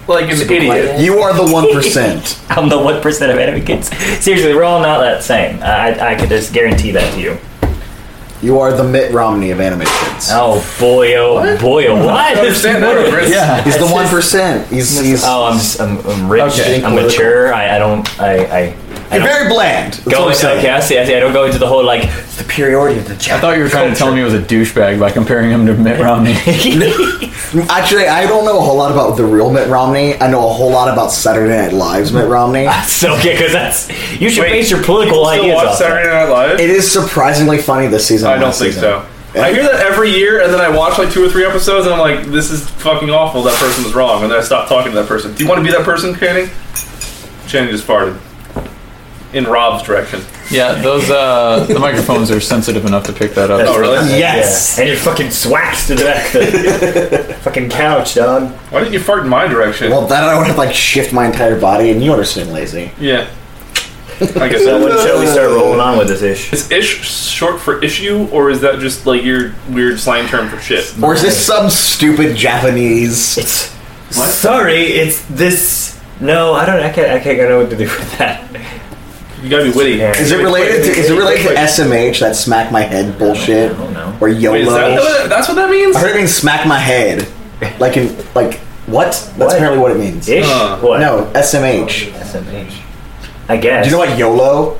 like an idiot. You are the one percent. I'm the 1% of anime kids. Seriously, we're all not that same. I, I could just guarantee that to you. You are the Mitt Romney of anime kids. Oh boy, oh boy, oh what? Understand that, Chris? Yeah. he's the one percent. He's, he's Oh, I'm, s- I'm, I'm rich. Okay. I'm mature. I, I don't. I. I I you're don't very bland. That's go what I'm into, saying. okay, I see, I see. I don't go into the whole like superiority of the I thought you were trying to tell me he was a douchebag by comparing him to Mitt Romney. Actually, I don't know a whole lot about the real Mitt Romney. I know a whole lot about Saturday Night Live's Mitt Romney. So, okay, because that's you should Wait, base your political Still ideas watch off. that. Saturday Night Live? It is surprisingly funny this season. I don't last think season. so. I hear that every year, and then I watch like two or three episodes, and I'm like, "This is fucking awful. That person was wrong," and then I stop talking to that person. Do you want to be that person, Channing? Channing just farted in Rob's direction. yeah, those uh, the microphones are sensitive enough to pick that up. Oh, really? Yes. And you're fucking swacks to the back of the fucking couch, dog. Why didn't you fart in my direction? Well, then I would have like shift my entire body, and you understand lazy. yeah. I guess So when that shall we start rolling on with this ish? is ish short for issue, or is that just like your weird slang term for shit? Or is this some stupid Japanese? It's sorry, it's this. No, I don't. I can't. I can't know what to do with that. You gotta be witty. Is it related to? Is it related to SMH? That smack my head bullshit, I don't know. or Wait, is that YOLO? what- that's what that means? I heard it means smack my head, like in Oh. like what? That's apparently what it means. Ish. Uh, what? No, SMH. SMH. I guess. Do you know what YOLO?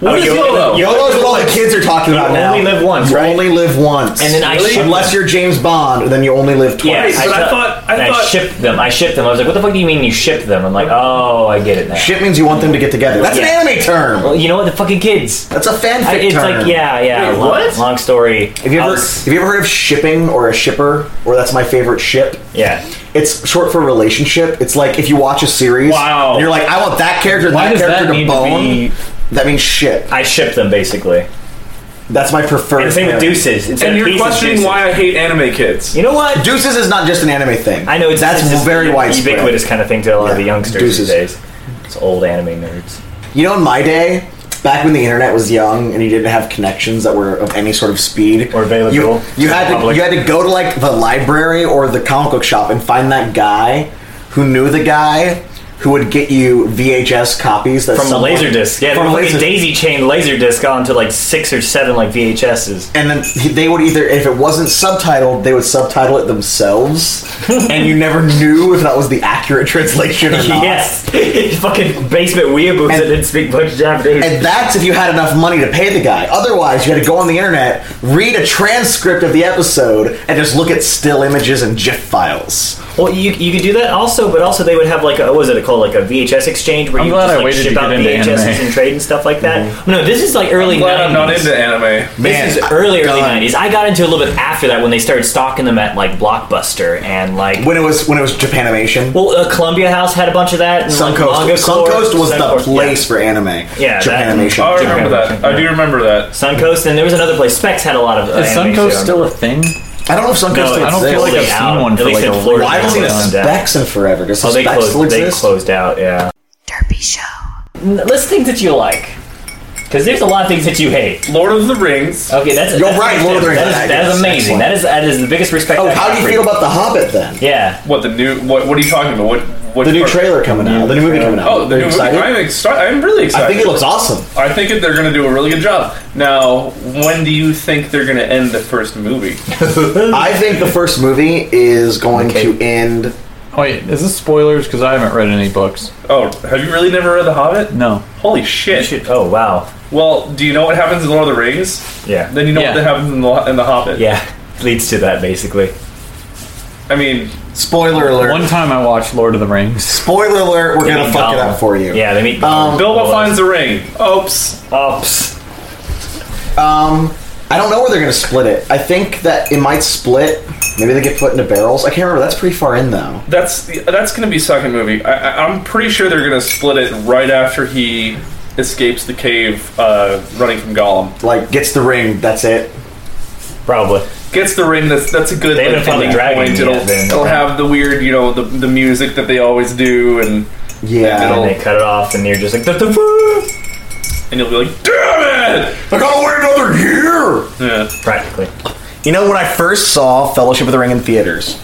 What is YOLO? Oh, YOLO is what all the kids are talking You about now. only live once, You right? only live once. And then I Really? shoot unless them. you're James Bond, then you only live Yeah, twice. thought- and I shipped them. I shipped them. I was like, "What the fuck do you mean you shipped them?" I'm like, "Oh, I get it now." Ship means you want them to get together. That's Yeah. an anime term. Well, you know what? The fucking kids. That's a fanfic I- It's term. like, yeah, yeah. Wait, long, what? Long story. Have you, ever, have you ever heard of shipping or a shipper? Or that's my favorite ship. Yeah. It's short for relationship. It's like if you watch a series, Wow. and you're like, I want that character, and Why that does character that to need to bone. be- That means ship. I ship them basically. That's my preferred. And same with pairing. deuces. Instead And of you're pieces, questioning deuces. why I hate anime kids. You know what? Deuces is not just an anime thing. I know it's that's it's just very a widespread. ubiquitous kind of thing to a lot of the youngsters deuces. these days. It's old anime nerds. You know, in my day, back when the internet was young and you didn't have connections that were of any sort of speed or available you, you to had the to, public. you had to go to like the library or the comic book shop and find that guy who knew the guy who would get you VHS copies that From someone- the Laserdisc, yeah, from from Laserdisc. Daisy chain Laserdisc onto like six or seven like VHSs. and then he- they would either if it wasn't subtitled they would subtitle it themselves and you never knew if that was the accurate translation or not yes, fucking basement weeaboos that didn't speak much Japanese. And that's if you had enough money to pay the guy. Otherwise, you had to go on the internet, read a transcript of the episode, and just look at still images and GIF files. Well, you, you could do that also, but also they would have like a, what was it called, like a VHS exchange where I'm you glad I would just like waited to ship get out into VHSs anime. and trade and stuff like that. Mm-hmm. No, this is like early I'm glad 90s. I'm not into anime. this is early, early 90s. I got into it a little bit after that when they started stocking them at like Blockbuster and like. When it was when it was Japanimation, Well, uh, Columbia House had a bunch of that. And, Suncoast. Like, Manga Suncoast was Corp, Suncorp, the place yeah. for anime. Yeah, that- Japanimation. I remember that. I do remember that. Suncoast, and there was another place. Specs had a lot of. Uh, Is anime, Suncoast too. still a thing? I don't know if Suncoast No, still I don't feel exists. like I've seen one for like a Well, I haven't seen a Specs in forever. Does Oh, they Specs still closed. They exist? closed out. Yeah. Derpy Show. N- List things that you like, because there's a lot of things that you hate. Lord of the Rings. Okay, that's You're that's- right, Lord of the Rings. That is, that is That's amazing. excellent. That is that is the biggest respect. Oh, I've how got do you for feel about The Hobbit then? Yeah, What the new? What What are you talking about? What What The new part- trailer coming out, the new movie coming out. Oh, the Are new you movie. excited? I'm excited. I'm really excited. I think it looks awesome. I think that they're going to do a really good job. Now, when do you think they're going to end the first movie? I think the first movie is going to end Oh, Wait, is this spoilers? Because I haven't read any books. Oh, have you really never read The Hobbit? No. Holy shit. Oh wow. Well, do you know what happens in Lord of the Rings? Yeah. Then you know Yeah. what happens in the, in the Hobbit. yeah. Leads to that basically. I mean, Spoiler alert. One time I watched Lord of the Rings. Spoiler alert, we're They gonna meet fuck it Gollum. up for you. Yeah, they meet. Um, Bilbo finds the ring. Oops. Ops. Um, I don't know where they're gonna split it. I think that it might split. Maybe they get put into barrels. I can't remember. That's pretty far in though. That's that's going to be second movie. I, I, I'm pretty sure they're going to split it right after he escapes the cave, uh, running from Gollum. Like gets the ring. That's it. Probably. Gets the ring. That's that's a good. They like, haven't found the ending dragon point. yet, It'll, then. it'll have the weird, you know, the the music that they always do, and Yeah. And they cut it off, and you're just like. "Duh, duh, duh." and you'll be like, damn it. I gotta wait another year. Yeah. Practically. You know when I first saw Fellowship of the Ring in theaters,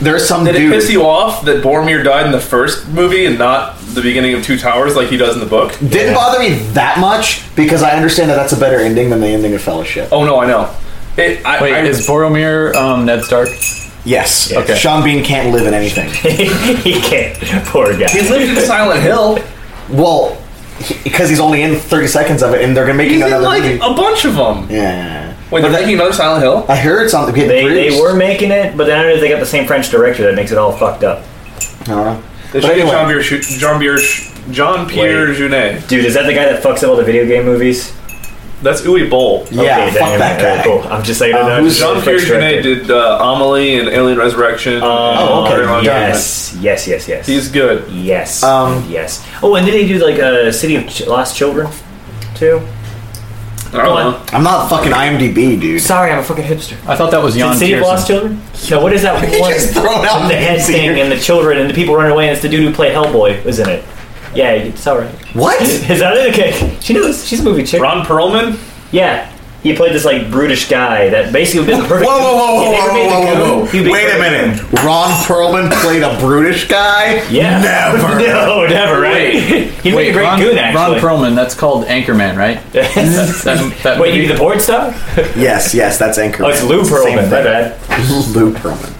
there's some Did it dude. piss you off that Boromir died in the first movie and not the beginning of Two Towers like he does in the book? Didn't bother me that much because I understand that that's a better ending than the ending of Fellowship. Oh no, I know. It, I, Wait, I, is Boromir um, Ned Stark? Yes. Okay. Sean Bean can't live in anything. he can't. Poor guy. he lived in Silent Hill? Well, because he's only in 30 seconds of it, and they're gonna make He's in another like movie. a bunch of them. yeah. Wait, they're But making another Silent Hill? I heard something. Getting They, produced. they were making it, but then I don't know if they got the same French director that makes it all fucked up. I don't know. They should But get anyway, John Pierre, Schu- John Pierre, Sch- John Pierre Wait. Jeunet. Dude, is that the guy that fucks up all the video game movies? That's Uwe Boll. Okay, yeah, fuck then, that all right, guy. Cool. I'm just saying. uh, Um, no, who's just John the Pierre French Jeunet director. Um, did uh, Amelie and Alien Resurrection. Oh, okay, Very long time. Yes, yes, yes, yes. He's good. yes, Um, yes. Oh, and did he do like a City of Ch- Lost Children, too? I don't know. I'm not fucking IMDb, dude. Sorry, I'm a fucking hipster. I thought that was Jan City of Tiersen. Lost Children? No, what is that one? just thrown out with the head names thing here. and the children and the people running away and it's the dude who played Hellboy, isn't it? Yeah, it's all right. What? Is that it? Okay, she knows. She's a movie chick. Ron Perlman? Yeah. He played this like brutish guy that basically would be the Whoa, perfect. whoa, whoa, If whoa, they ever whoa, made the whoa, Goon, whoa, he'd be whoa! Wait a perfect. minute. Ron Perlman played a brutish guy. Yeah. Never. No, never, right? He'd make a Wait, great Ron, goon, Ron actually. Perlman. That's called Anchorman, right? That- that- that Wait, movie- you mean the Oh, porn star? Yes, yes, that's Anchor. Oh, it's Lou Perlman. My bad. Lou Perlman.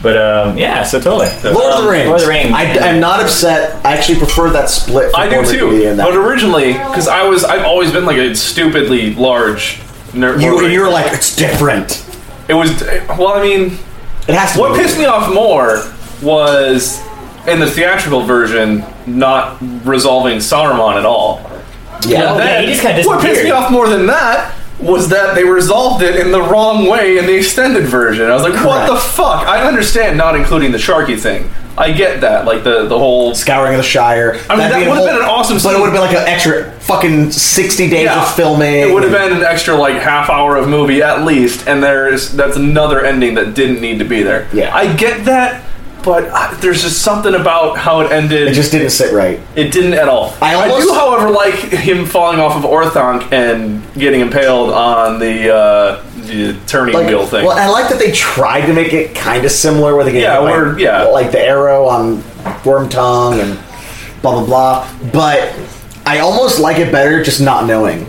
But um, yeah, so totally. Lord of Um, the Rings. Lord of the Rings. I, am not upset. I actually prefer that split. From I do Born too. Identity and that. But originally, because I was, I've always been like a stupidly large nerd. You- you were like, it's different. It was. Well, I mean, it has to. What be. pissed me off more was in the theatrical version not resolving Saruman at all. Yeah. And Yeah, then he just kinda what pissed disappeared. me off more than that was that they resolved it in the wrong way in the extended version. I was like, what the fuck? I understand not including the Sharky thing. I get that, like the the whole scouring of the Shire. I mean, That'd that be a would have whole- been an awesome. But it would have been like an extra fucking sixty days of filming. It would have been an extra like half hour of movie at least, and there's that's another ending that didn't need to be there. Yeah, I get that, but I, there's just something about how it ended. It just didn't sit right. It didn't at all. I, do, however, like him falling off of Orthonk and getting impaled on the uh, the turning Like, wheel thing. Well, I like that they tried to make it kind of similar with again, Yeah, like, we're- yeah. like the arrow on Worm Tongue and blah blah blah. But I almost like it better just not knowing.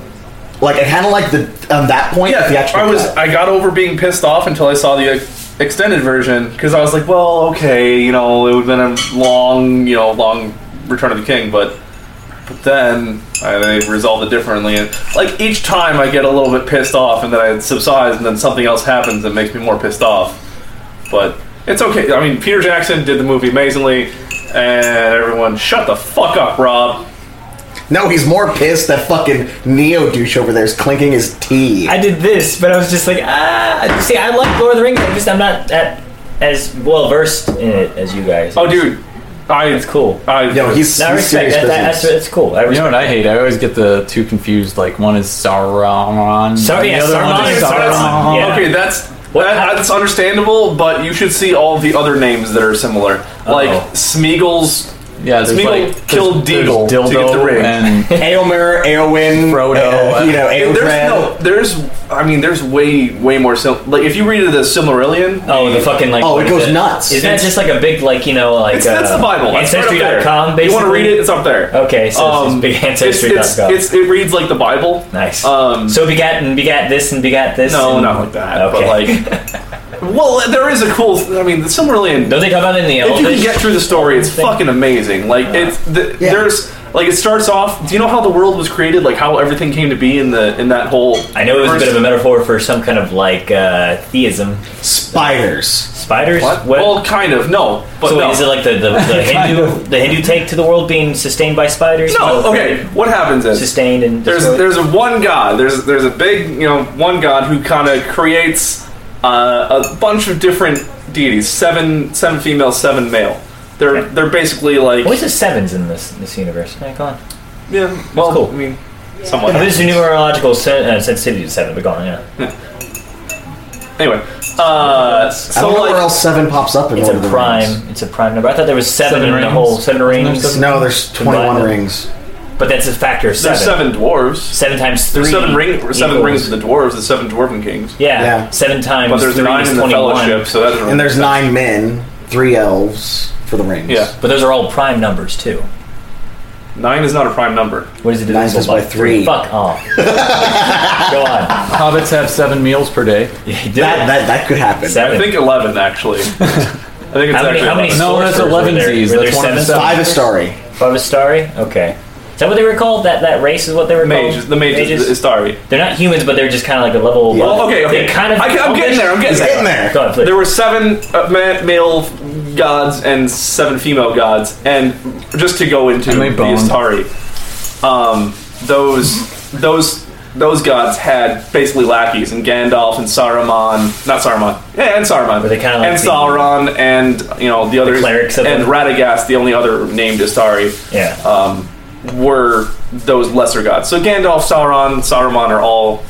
Like I kind of like the on that point. the actual I was cut. I got over being pissed off until I saw the ex- extended version because I was like, well, okay, you know, it would have been a long, you know, long Return of the King, but but then I, they resolved it differently, and like each time I get a little bit pissed off, and then it subsides, and then something else happens that makes me more pissed off. But it's okay. I mean, Peter Jackson did the movie amazingly, and everyone, shut the fuck up, Rob. No, he's more pissed that fucking Neo douche over there is clinking his tea. I did this, but I was just like, ah. See, I like Lord of the Rings. I just I'm not that as well versed in it as you guys. Oh, dude. I, it's cool. I, No, he's- I respect he's serious that, that- that's, business. that's cool. I You know respect what I hate? I always get the two confused. Like one is Sauron, Sar- and yeah, the other one Saruman is and Sauron. Saruman, yeah. Okay, that's that, that's understandable, but you should see all the other names that are similar, like Smeagol's. Yeah, there's Smeagol like killed there's- Deagle there's to get the Dildo ring. and Aomer, Aowen, Frodo, uh, you know, And Aothred. there's no, there's, I mean, there's way, way more. Sim- like if you read it as Silmarillion, Oh, the fucking like. what is Is that just like a big like you know like It's, that's uh, the Bible. That's right up there. Ancestry.com? You Basically, want to read it? It's up there. Um, Okay, so it's just big ancestry It's, dot com. it's, it's, it reads like the Bible. Nice. Um, so begat and begat this and begat this. No, and, not like that. Okay. But like, well, there is a cool. I mean, the Silmarillion. Don't Oh, they talk about it in the If you can Elvish get through the story, it's fucking amazing. Like it's the, there's like it starts off. Do you know how the world was created? Like how everything came to be in the in that whole. I know it was a bit of a metaphor for some kind of like uh, theism. Spiders. Spiders. Spiders. What? Well, kind of. No, but so no. is it like the the, the Hindu the Hindu take to the world being sustained by spiders? No, okay. What happens is sustained and there's destroyed? there's a one god. There's there's a big you know one god who kind of creates uh, a bunch of different deities. Seven seven female, seven male. They're they're basically like Always the sevens in this this universe. Yeah, go on. yeah. Well, I mean, somewhat. This is numerological sen- uh, sensitivity to seven, but go on. Yeah. Anyway, uh, I don't know where else seven pops up in It's Lord a of the prime. It's a prime number. I thought there was seven, Seven in the rings? whole seven rings. Rings. No, there's twenty-one Combined. rings. But that's a factor of seven. There's seven dwarves. Seven times three. Seven ring, seven equals- rings of the dwarves. The seven dwarven kings. Yeah. Seven times. But there's three nine is in the 21. fellowship, so that doesn't. And there's nine men, three elves for the rings. Yeah. But those are all prime numbers too. Nine is not a prime number. What is it? Nine divisible times by three. Fuck off. Go on. Hobbits have seven meals per day. that, that that could happen. I think eleven actually. I think it's How many- actually how many 11. No, that's sorcerers were eleven there? Z's. Were That's there one of the seven? seven. Five Astari. Five Astari? Okay. Is that what they were called? That that race is what they were Mages, called? the mages, the Astari. They're not humans, but they're just kind of like a level above. Well, okay, okay. They kind of. I, am getting there. I'm getting there. Go on, please. There were seven uh, ma- male gods and seven female gods, and just to go into And the they boned. Astari, um, those those those gods had basically lackeys, and Gandalf and Saruman, not Saruman, yeah, and Saruman, Were they kinda like and the- Sauron, and you know the others, clerics of and them? Radagast, the only other named Astari, Yeah. um, were those lesser gods. So Gandalf, Sauron, Saruman are all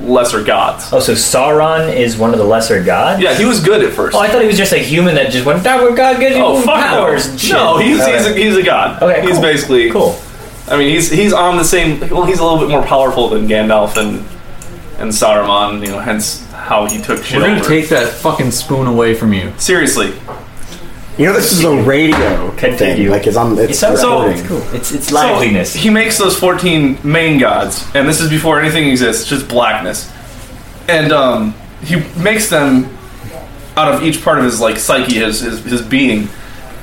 lesser gods. Oh, so Sauron is one of the lesser gods? Yeah, he was good at first. Oh, I thought he was just a human that just went, that would God gives you Oh fuck no. powers. and shit." No, he's All he's a, right. he's a god. Okay, he's cool. basically Cool. I mean, he's he's on the same. Well, he's a little bit more powerful than Gandalf and and Saruman. You know, hence how he took shit. We're gonna over. take that fucking spoon away from you. seriously. You know, this is a radio thing. Like it's on. It's recording. It's it's liveliness. he makes those fourteen main gods, and this is before anything exists, just blackness. And um, he makes them out of each part of his like psyche, his his, his being,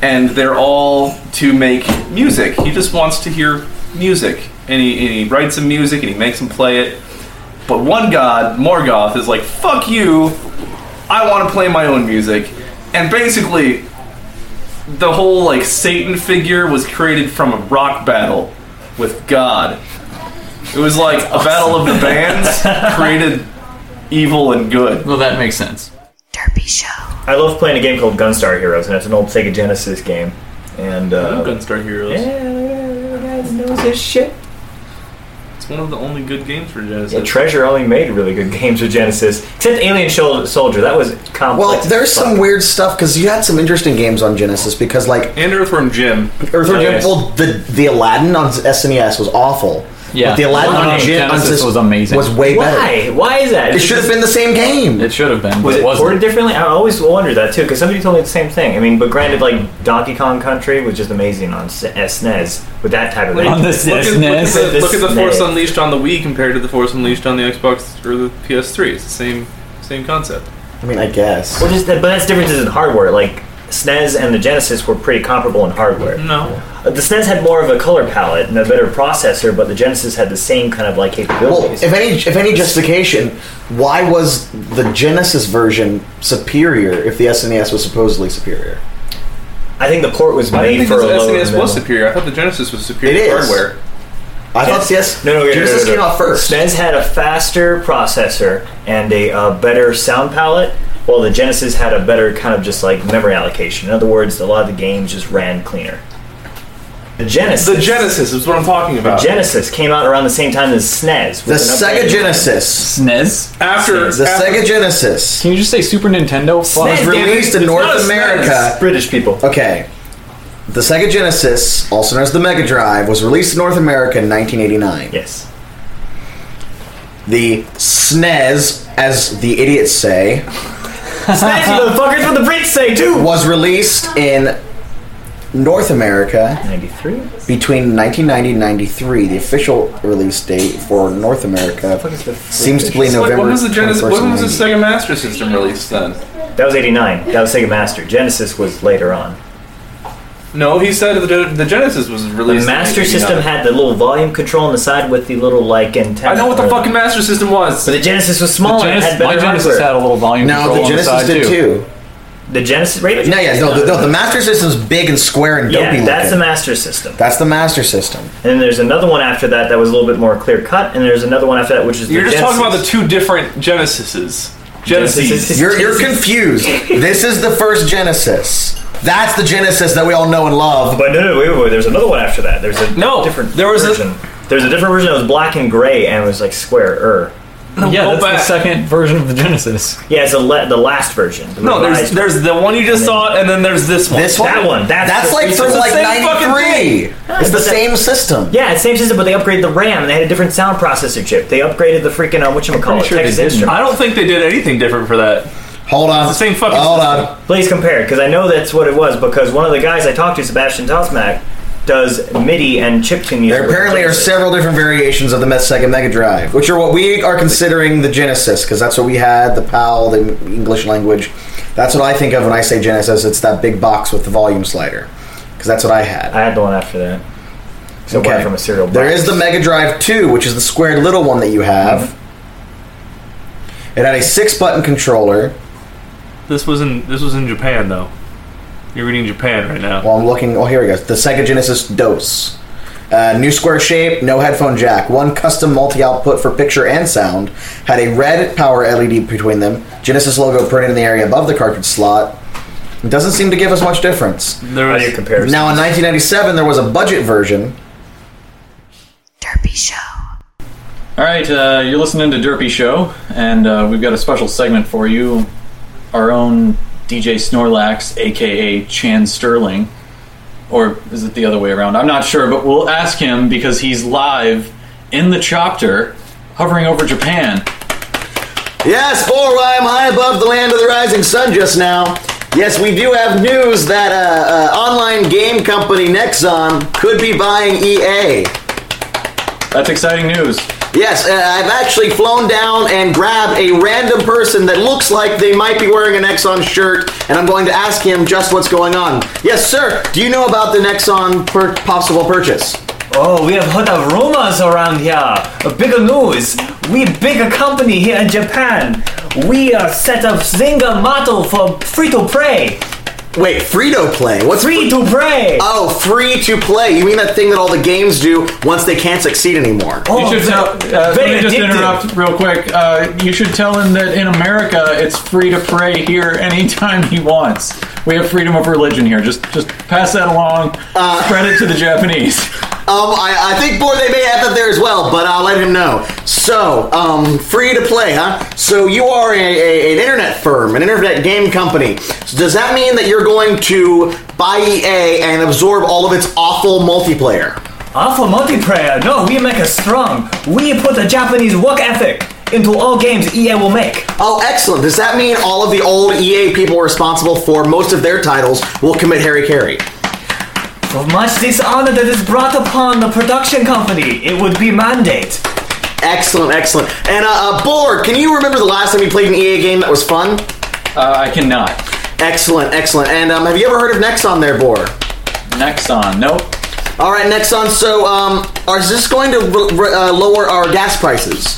and they're all to make music. He just wants to hear music, and he, and he writes some music and he makes them play it. But one god, Morgoth, is like, "Fuck you! I want to play my own music," and basically the whole like Satan figure was created from a rock battle with God. It was like a battle of the bands created evil and good. Well, that makes sense. I love playing a game called Gunstar Heroes, and it's an old Sega Genesis game. And uh, Gunstar Heroes. knows his shit. It's one of the only good games for Genesis. Yeah, Treasure only made really good games with Genesis, except Alien Shol- Soldier. That was complex. Well, there's some weird stuff because you had some interesting games on Genesis because like and Earthworm Jim, Earthworm Oh, Jim. yes. Well, the the Aladdin on SNES was awful. Yeah. but the Aladdin The one on on Jim on Genesis Sys- was amazing. Was way Why? Why is that? better. It should have been the same game. It should have been. but Was it wasn't. ported differently? I always wondered that too, because somebody told me the same thing. I mean, but granted, like Donkey Kong Country was just amazing on S- SNES with that type of thing. On the Look at, look, at SNES. the, look at the Force SNES. Unleashed on the Wii compared to the Force Unleashed on the Xbox or the PS3. It's the same same concept. I mean, I guess. Well, just that, but that's differences in hardware. Like SNES and the Genesis were pretty comparable in hardware. No, Uh, The SNES had more of a color palette and a better processor, but the Genesis had the same kind of like Well, capabilities. if any if any justification, why was the Genesis version superior if the SNES was supposedly superior? I think the port was I made didn't think for the a lower SNES E was middle. superior. I thought the Genesis was superior to It is. hardware. I thought yes. No, no, yeah, Genesis no, no, no. came out first. SNES had a faster processor and a uh, better sound palette, while the Genesis had a better kind of just like memory allocation. In other words, a lot of the games just ran cleaner. The Genesis. The Genesis is what I'm talking about. Genesis came out around the same time as SNES. the with an Sega upgraded- Genesis. SNES. after The after- Sega Genesis Can you just say Super Nintendo? Fuck. SNES. was released in It's not North a America. E British people. Okay. The Sega Genesis, also known as the Mega Drive, was released in North America in 1989. Yes. The SNES, as the idiots say, SNES, you motherfuckers, what the Brits say too! was released in North America 93? What the between 1990 and 93. The official release date for North America fuck is the seems to be British? Like, November. when was the Genesis? 21st, When was the 1990. Sega Master System released then? That was 89. That was Sega Master. Genesis was later on. No, he said the, the Genesis was The released. in Master 89. System had the little volume control on the side with the little like antenna. I know what the or- fucking Master System was. But the Genesis was smaller. The Genesis, it had better my Genesis hardware. had a little volume No, control the on the Genesis side did too. too. The Genesis, right? No, yeah, no, the, no, the Master System's big and square and dopey yeah, that's the looking. Master System. that's the Master System. And then there's another one after that that was a little bit more clear cut, and there's another one after that which is. You're the just Genesis. talking about the two different Genesises. Genesis. Genesis. You're, you're confused. this is the first Genesis. That's the Genesis that we all know and love. But no, no, wait, wait, wait. There's another one after that. There's a No, different. there was a- version. there's a different version that was black and gray and was like square. Yeah, Go that's back. the second version of the Genesis. Yeah, it's the le- the last version. the No, there's revised there's the one you just saw, and then there's this one. This one? That one, that's That's the- like it's from the like same fucking 93. It's the But that- same system. Yeah, it's same system, but they upgraded the RAM. and They had a different sound processor chip. They upgraded the freaking uh, whatchamacallit, sure they Texas didn't. Instruments. I don't think they did anything different for that. Hold on. It's the same fucking Hold system. on. Please compare, because I know that's what it was. Because one of the guys I talked to, Sebastian Tosmack, does MIDI and chiptune music. There with apparently are Genesis. several different variations of the Met Sega Mega Drive, which are what we are considering the Genesis, because that's what we had, the PAL, the English language. That's what I think of when I say Genesis. It's that big box with the volume slider, because that's what I had. I had the one after that. So one from a serial. There box. is the Mega Drive 2, which is the squared little one that you have. It had a six button controller. This was in this was in Japan though. You're reading Japan right now. Well, I'm looking. Oh, here it goes. The Sega Genesis DOS. Uh, new square shape, no headphone jack. One custom multi output for picture and sound. Had a red power LED between them. Genesis logo printed in the area above the cartridge slot. It doesn't seem to give us much difference. There How do you was, compare? Now, in 1997, there was a budget version. Derpy Show. All right, uh, you're listening to Derpy Show, and uh, we've got a special segment for you. Our own DJ Snorlax, aka Chan Sterling, or is it the other way around? I'm not sure, but we'll ask him because he's live in the chopter, hovering over Japan. Yes, for I am high above the land of the rising sun just now. Yes, we do have news that uh, uh, online game E company Nexon could be buying EA. That's exciting news. Yes, uh, I've actually flown down and grabbed a random person that looks like they might be wearing an Exxon shirt, and I'm going to ask him just what's going on. Yes, sir. Do you know about the Nexon per- possible purchase? Oh, we have heard of rumors around here. Uh, Bigger news. We bigger company here in Japan. We are set up Zynga model for free to play. Wait, free to play? What's free to play? Oh, free to play. You mean that thing that all the games do once they can't succeed Oh, anymore? you should tell. Uh, let me just interrupt real quick. Uh, you should tell him that in America, it's free to pray here anytime he wants. We have freedom of religion here. Just, just pass that along. Spread it to the Japanese. Um, I, I think Borday may have that there as well, but I'll let him know. So, um, free to play, huh? So you are a, a, an internet firm, an internet game company. So does that mean that you're going to buy EA and absorb all of its awful multiplayer? Awful multiplayer. No, we make it strong. We put the Japanese work ethic into all games EA will make. Oh, excellent. Does that mean all of the old EA people responsible for most of their titles will commit Harry Carey? For much dishonor that is brought upon the production company, it would be mandate. Excellent, excellent. And uh, uh, Borg, can you remember the last time you played an EA game that was fun? Uh, I cannot. Excellent, excellent. And um, have you ever heard of Nexon there, Borg? Nexon, nope. All right, Nexon. So, um, are, is this going to re- re- uh, lower our gas prices?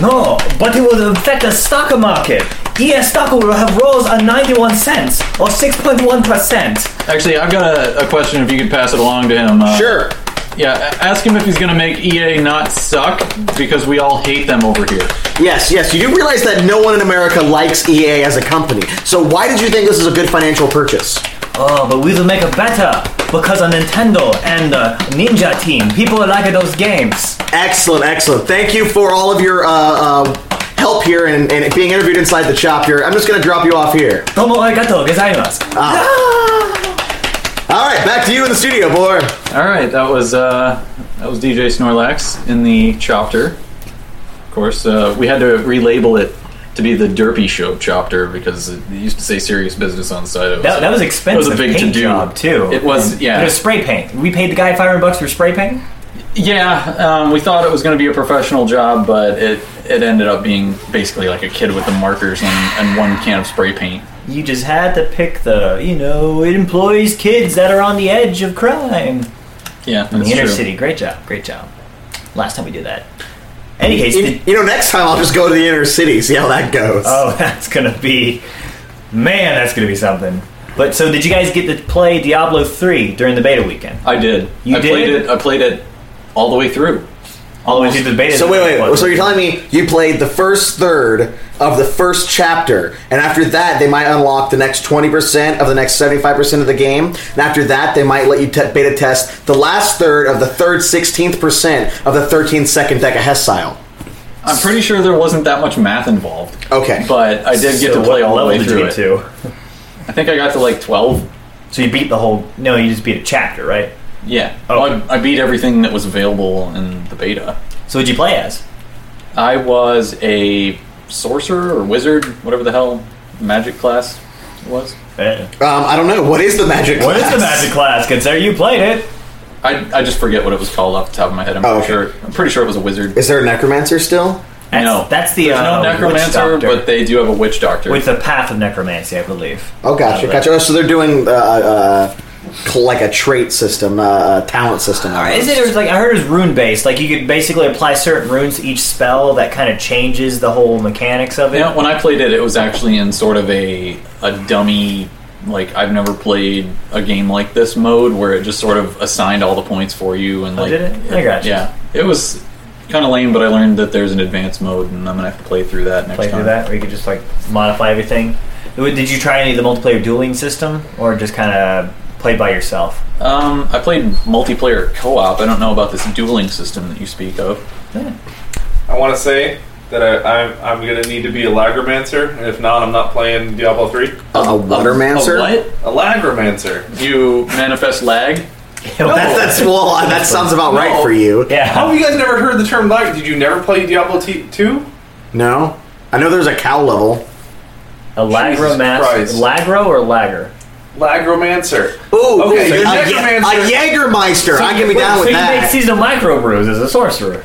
No, but it would affect the stock market. EA stock will have rose at 91 cents or 6.1%. Actually, I've got a, a question. If you could pass it along to him. Uh, sure. Yeah, a- ask him if he's going to make EA not suck because we all hate them over here. Yes, yes. You do realize that no one in America likes EA as a company. So, why did you think this is a good financial purchase? Oh, but we will make it better because of Nintendo and the Ninja Team. People like those games. Excellent, excellent. Thank you for all of your uh, uh, help here and, and being interviewed inside the shop here. I'm just going to drop you off here. Domo arigato gozaimasu. Ah. All right, back to you in the studio, boy. All right, that was uh, that was DJ Snorlax in the chopter. Of course, uh, we had to relabel it to be the Derpy Show chopter because it used to say serious business on the side of it. That, that was It expensive. a big paint to-do. job too. It was, And yeah. It was spray paint. We paid the guy 500 bucks for spray paint. Yeah, um, we thought it was going to be a professional job, but it it ended up being basically like a kid with the markers and, and one can of spray paint. You just had to pick the, you know, it employs kids that are on the edge of crime. Yeah, In that's the inner true. city. Great job. Great job. Last time we did that. Any case, you, did- you know, next time I'll just go to the inner city, see how that goes. Oh, that's gonna be, man, that's gonna be something. But so, did you guys get to play Diablo three during the beta weekend? I did. You I did? played it. I played it all the way through. All the way through the beta. So wait, wait, wait. So you're telling me you played the first third of the first chapter, and after that they might unlock the next twenty percent of the next seventy-five percent of the game, and after that they might let you te- beta test the last third of the third sixteenth percent of the thirteenth second decahestile. I'm pretty sure there wasn't that much math involved. Okay, but I did get So to play what all the level way did you through get it. to? I think I got to like twelve. So you beat the whole? No, you just beat a chapter, right? Yeah, Well, I, I beat everything that was available in the beta. So what'd you play as? I was a sorcerer or wizard, whatever the hell magic class was. Um, I don't know. What is the magic What is class? the magic class? Consider you played it. I, I just forget what it was called off the top of my head. I'm Oh, pretty sure. I'm pretty sure it was a wizard. Is there a necromancer still? That's, no, that's the There's no uh, necromancer, witch doctor but they do have a witch doctor. with the path of necromancy, I believe. Oh, gotcha, Uh, gotcha. Oh, so they're doing uh, uh, cl- like a trait system, uh, uh, talent system. Is it, it was like I heard it was rune based. Like you could basically apply certain runes to each spell that kind of changes the whole mechanics of it. Yeah, when I played it, it was actually in sort of a a dummy. Like I've never played a game like this mode where it just sort of assigned all the points for you and Oh, like did it? I gotcha. yeah it was kind of lame but I learned that there's an advanced mode and I'm gonna have to play through that next play time. through that, or you could just like modify everything. Did you try any of the multiplayer dueling system, or just kind of play by yourself? Um, I played multiplayer co-op. I don't know about this dueling system that you speak of. I want to say that I, I'm, I'm going to need to be a Lagromancer, and if not, I'm not playing Diablo 3. A, a watermancer? A what? A Lagromancer. You manifest lag. That, that's well. uh, That sounds about right No. for you. Yeah. How have you guys never heard the term lag? Did you never play Diablo T- 2? No, I know there's a cow level. A lagro Jesus master, Christ. lagro or lagger? Lagromancer. Ooh, Okay, a, so a, Jägermeister- a Jägermeister. I can be Wait, down so with you make that. seasonal microbrews as a sorcerer.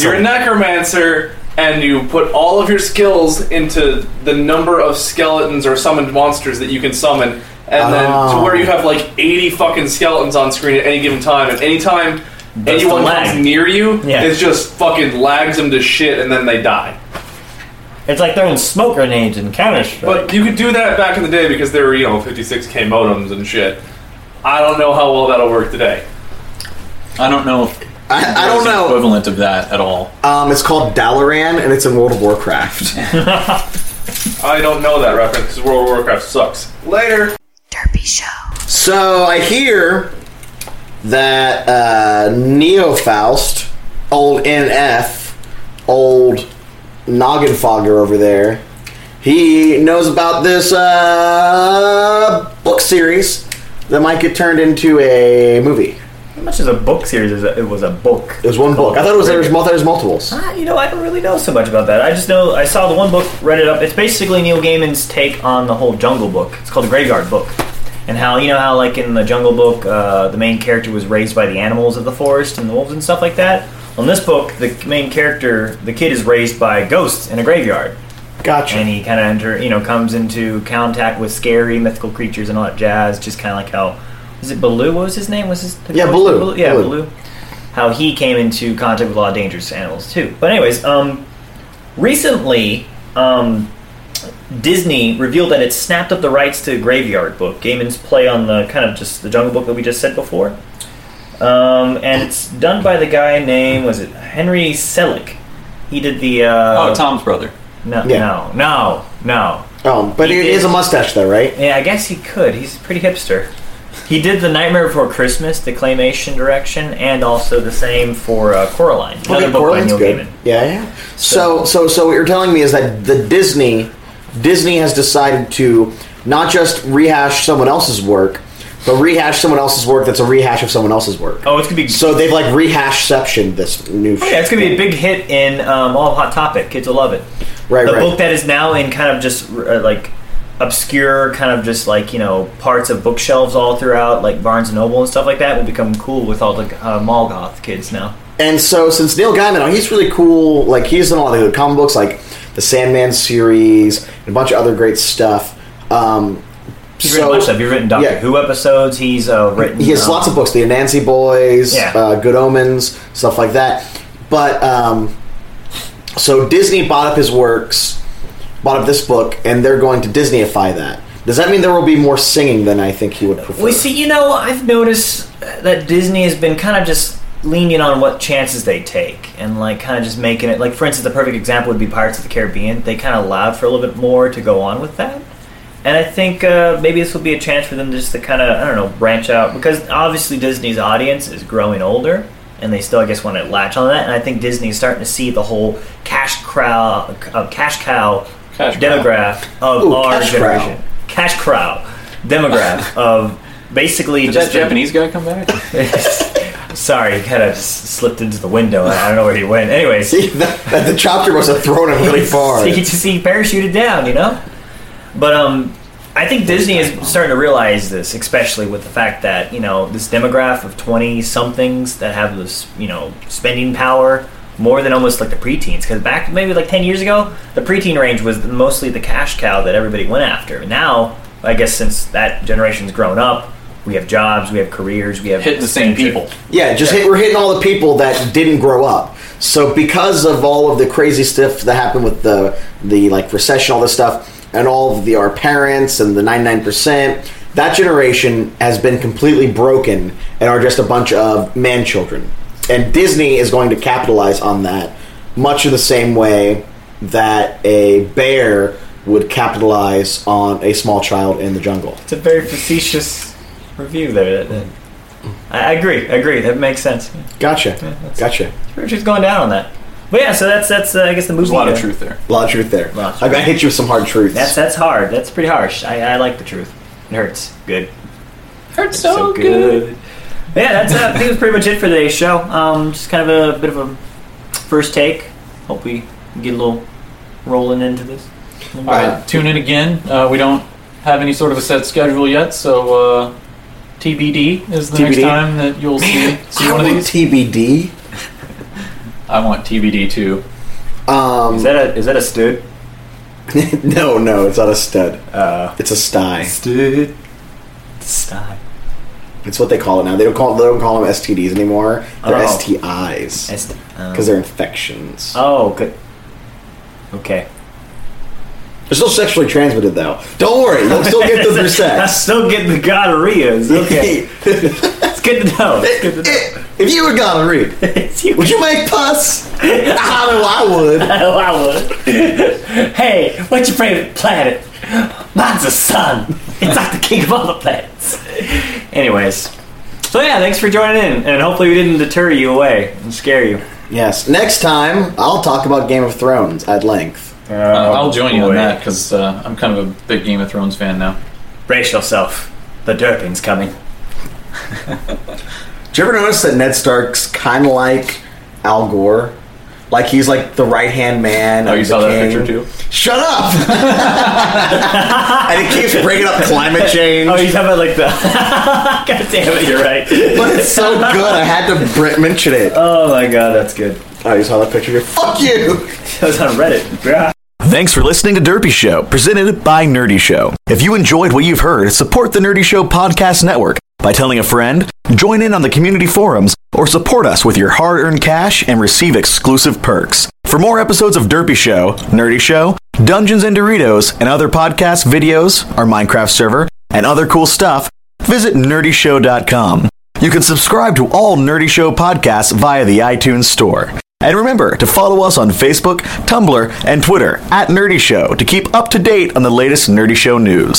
You're a necromancer, and you put all of your skills into the number of skeletons or summoned monsters that you can summon, and then Oh. to where you have like 80 fucking skeletons on screen at any given time, and anytime That's the anyone lag. comes near you, Yeah. it just fucking lags them to shit, and then they die. It's like throwing smoke grenades and counters. But you could do that back in the day because there were, you know, 56k modems and shit. I don't know how well that'll work today. I don't know. If I, I don't know equivalent of that at all. Um, it's called Dalaran, and it's in World of Warcraft. I don't know that reference because World of Warcraft sucks. Later. Derpy Show. So I hear that uh, Neofaust, old NF, old Nogginfogger over there, he knows about this uh, book series that might get turned into a movie. How much is a book series? Is it was a book. It was one book. I thought it was there was, mul- there was multiples. Ah, you know, I don't really know so much about that. I just know I saw the one book, read it up. It's basically Neil Gaiman's take on the whole Jungle Book. It's called the Graveyard Book, and how you know how like in the Jungle Book, uh, the main character was raised by the animals of the forest and the wolves and stuff like that. On this book, the main character, the kid, is raised by ghosts in a graveyard. Gotcha. And he kind of enter, you know, comes into contact with scary mythical creatures and all that jazz. Just kind of like how, is it Baloo? What was his name? Was his the Yeah, ghost? Baloo. Yeah, Baloo. Baloo how he came into contact with a lot of dangerous animals too. But anyways, um, recently um, Disney revealed that it snapped up the rights to Graveyard Book, Gaiman's play on the kind of just the Jungle Book that we just said before, um, and it's done by the guy named was it Henry Selick? He did the uh, Um, oh Tom's brother. No, Yeah. no, no, no. Oh, but He it did- is a mustache though, right? Yeah, I guess he could. He's pretty hipster. He did the Nightmare Before Christmas, the claymation direction, and also the same for uh, Coraline. Another book Coraline's by Neil good. Gaiman. Yeah, yeah. So, so, so what you're telling me is that the Disney, Disney has decided to not just rehash someone else's work, but rehash someone else's work that's a rehash of someone else's work. Oh, it's gonna be. So they've like rehash-ceptioned this new. Oh, yeah, it's gonna be a big hit in um, all of Hot Topic. Kids will love it. Right, the right. book that is now in kind of just uh, like obscure, kind of just like you know parts of bookshelves all throughout, like Barnes and Noble and stuff like that, will become cool with all the uh, Molgoth kids now. And so, since Neil Gaiman, oh, he's really cool. Like he's done a lot of good comic books, like the Sandman series and a bunch of other great stuff. Um, He's written much stuff. He's written Doctor Who episodes. He's uh, written. He has um, lots of books, the Anansi Boys, Yeah. uh, Good Omens, stuff like that. But um, so Disney bought up his works, bought up this book, and they're going to Disneyify that. Does that mean there will be more singing than I think he would prefer? We see, you know, I've noticed uh, that Disney has been kind of just leaning on what chances they take and like kind of just making it like for instance the perfect example would be Pirates of the Caribbean. They kind of allowed for a little bit more to go on with that. And I think uh, maybe this will be a chance for them just to kind of I don't know branch out because obviously Disney's audience is growing older and they still I guess want to latch on that and I think Disney is starting to see the whole cash cow uh, cash cow demograph of Ooh, our cash cow. generation cash cow demograph of basically Did just that Japanese guy come back? Sorry, he kind of s- slipped into the window. I don't know where he went. Anyways, that the chopper must have thrown him really far. he just he parachuted down, you know. But um, I think Disney is starting to realize this, especially with the fact that you know this demographic of twenty somethings that have this you know spending power more than almost like the preteens. Because back maybe like ten years ago, the preteen range was mostly the cash cow that everybody went after. Now, I guess since that generation's grown up, we have jobs, we have careers, we have hit the same people. Yeah, just hit, we're hitting all the people that didn't grow up. So because of all of the crazy stuff that happened with the the like recession, all this stuff, and all of the our parents and the ninety nine percent, that generation has been completely broken and are just a bunch of man children. And Disney is going to capitalize on that much in the same way that a bear would capitalize on a small child in the jungle. It's a very facetious review there. That, that- I I agree. I agree. That makes sense. Gotcha. Gotcha. Richard's going down on that. But yeah, so that's that's uh, I guess the movie. there. uh, A lot of truth there. Lots of I, I truth. hit you with some hard truths. That's that's hard. That's pretty harsh. I, I like the truth. It hurts. Good. Hurts so, good. Yeah, that's uh, I think that's pretty much it for today's show. Um, just kind of a bit of a first take. Hope we get a little rolling into this. All right, tune in again. Uh, we don't have any sort of a set schedule yet, so uh, TBD is the next TBD. time that you'll see, see one of these. TBD. I want TBD too. Um, is that a is that a stud? no, no, it's not a stud. Oh. Uh, it's a sty. Stud. Sty. It's what they call it now. They don't call they don't call them STDs anymore. They're Oh. STIs ST because they're infections. um, Oh, good. Okay. They're still sexually transmitted though. Don't worry, you'll still get them through I sex. still get the gonorrheas. Okay. it's good to know. It's good to know. If you were gonorrhea, would you make pus? I know I would. I know I would. hey, what's your favorite planet? Mine's the sun. It's like the king of all the planets. Anyways. So yeah, thanks for joining in, and hopefully we didn't deter you away and scare you. Yes. Next time, I'll talk about Game of Thrones at length. Uh, I'll join you on that because uh, I'm kind of a big Game of Thrones fan now. Brace yourself. The Durpin's coming. Did you ever notice that Ned Stark's kind of like Al Gore? Like he's like the right hand man. Oh, of you the saw that king. picture too? Shut up! and it keeps bringing up climate change. Oh, you talking about like the? God damn it, you're right. But it's so good, I had to br- mention it. Uh, Oh my god, that's good. Oh, you saw that picture? Fuck you! That was on Reddit. Yeah. Thanks for listening to Derpy Show, presented by Nerdy Show. If you enjoyed what you've heard, support the Nerdy Show Podcast Network by telling a friend, join in on the community forums, or support us with your hard earned cash and receive exclusive perks. For more episodes of Derpy Show, Nerdy Show, Dungeons and Doritos, and other podcast videos, our Minecraft server, and other cool stuff, visit nerdyshow.com. You can subscribe to all Nerdy Show podcasts via the iTunes Store. And remember to follow us on Facebook, Tumblr, and Twitter at Nerdy Show to keep up to date on the latest Nerdy Show news.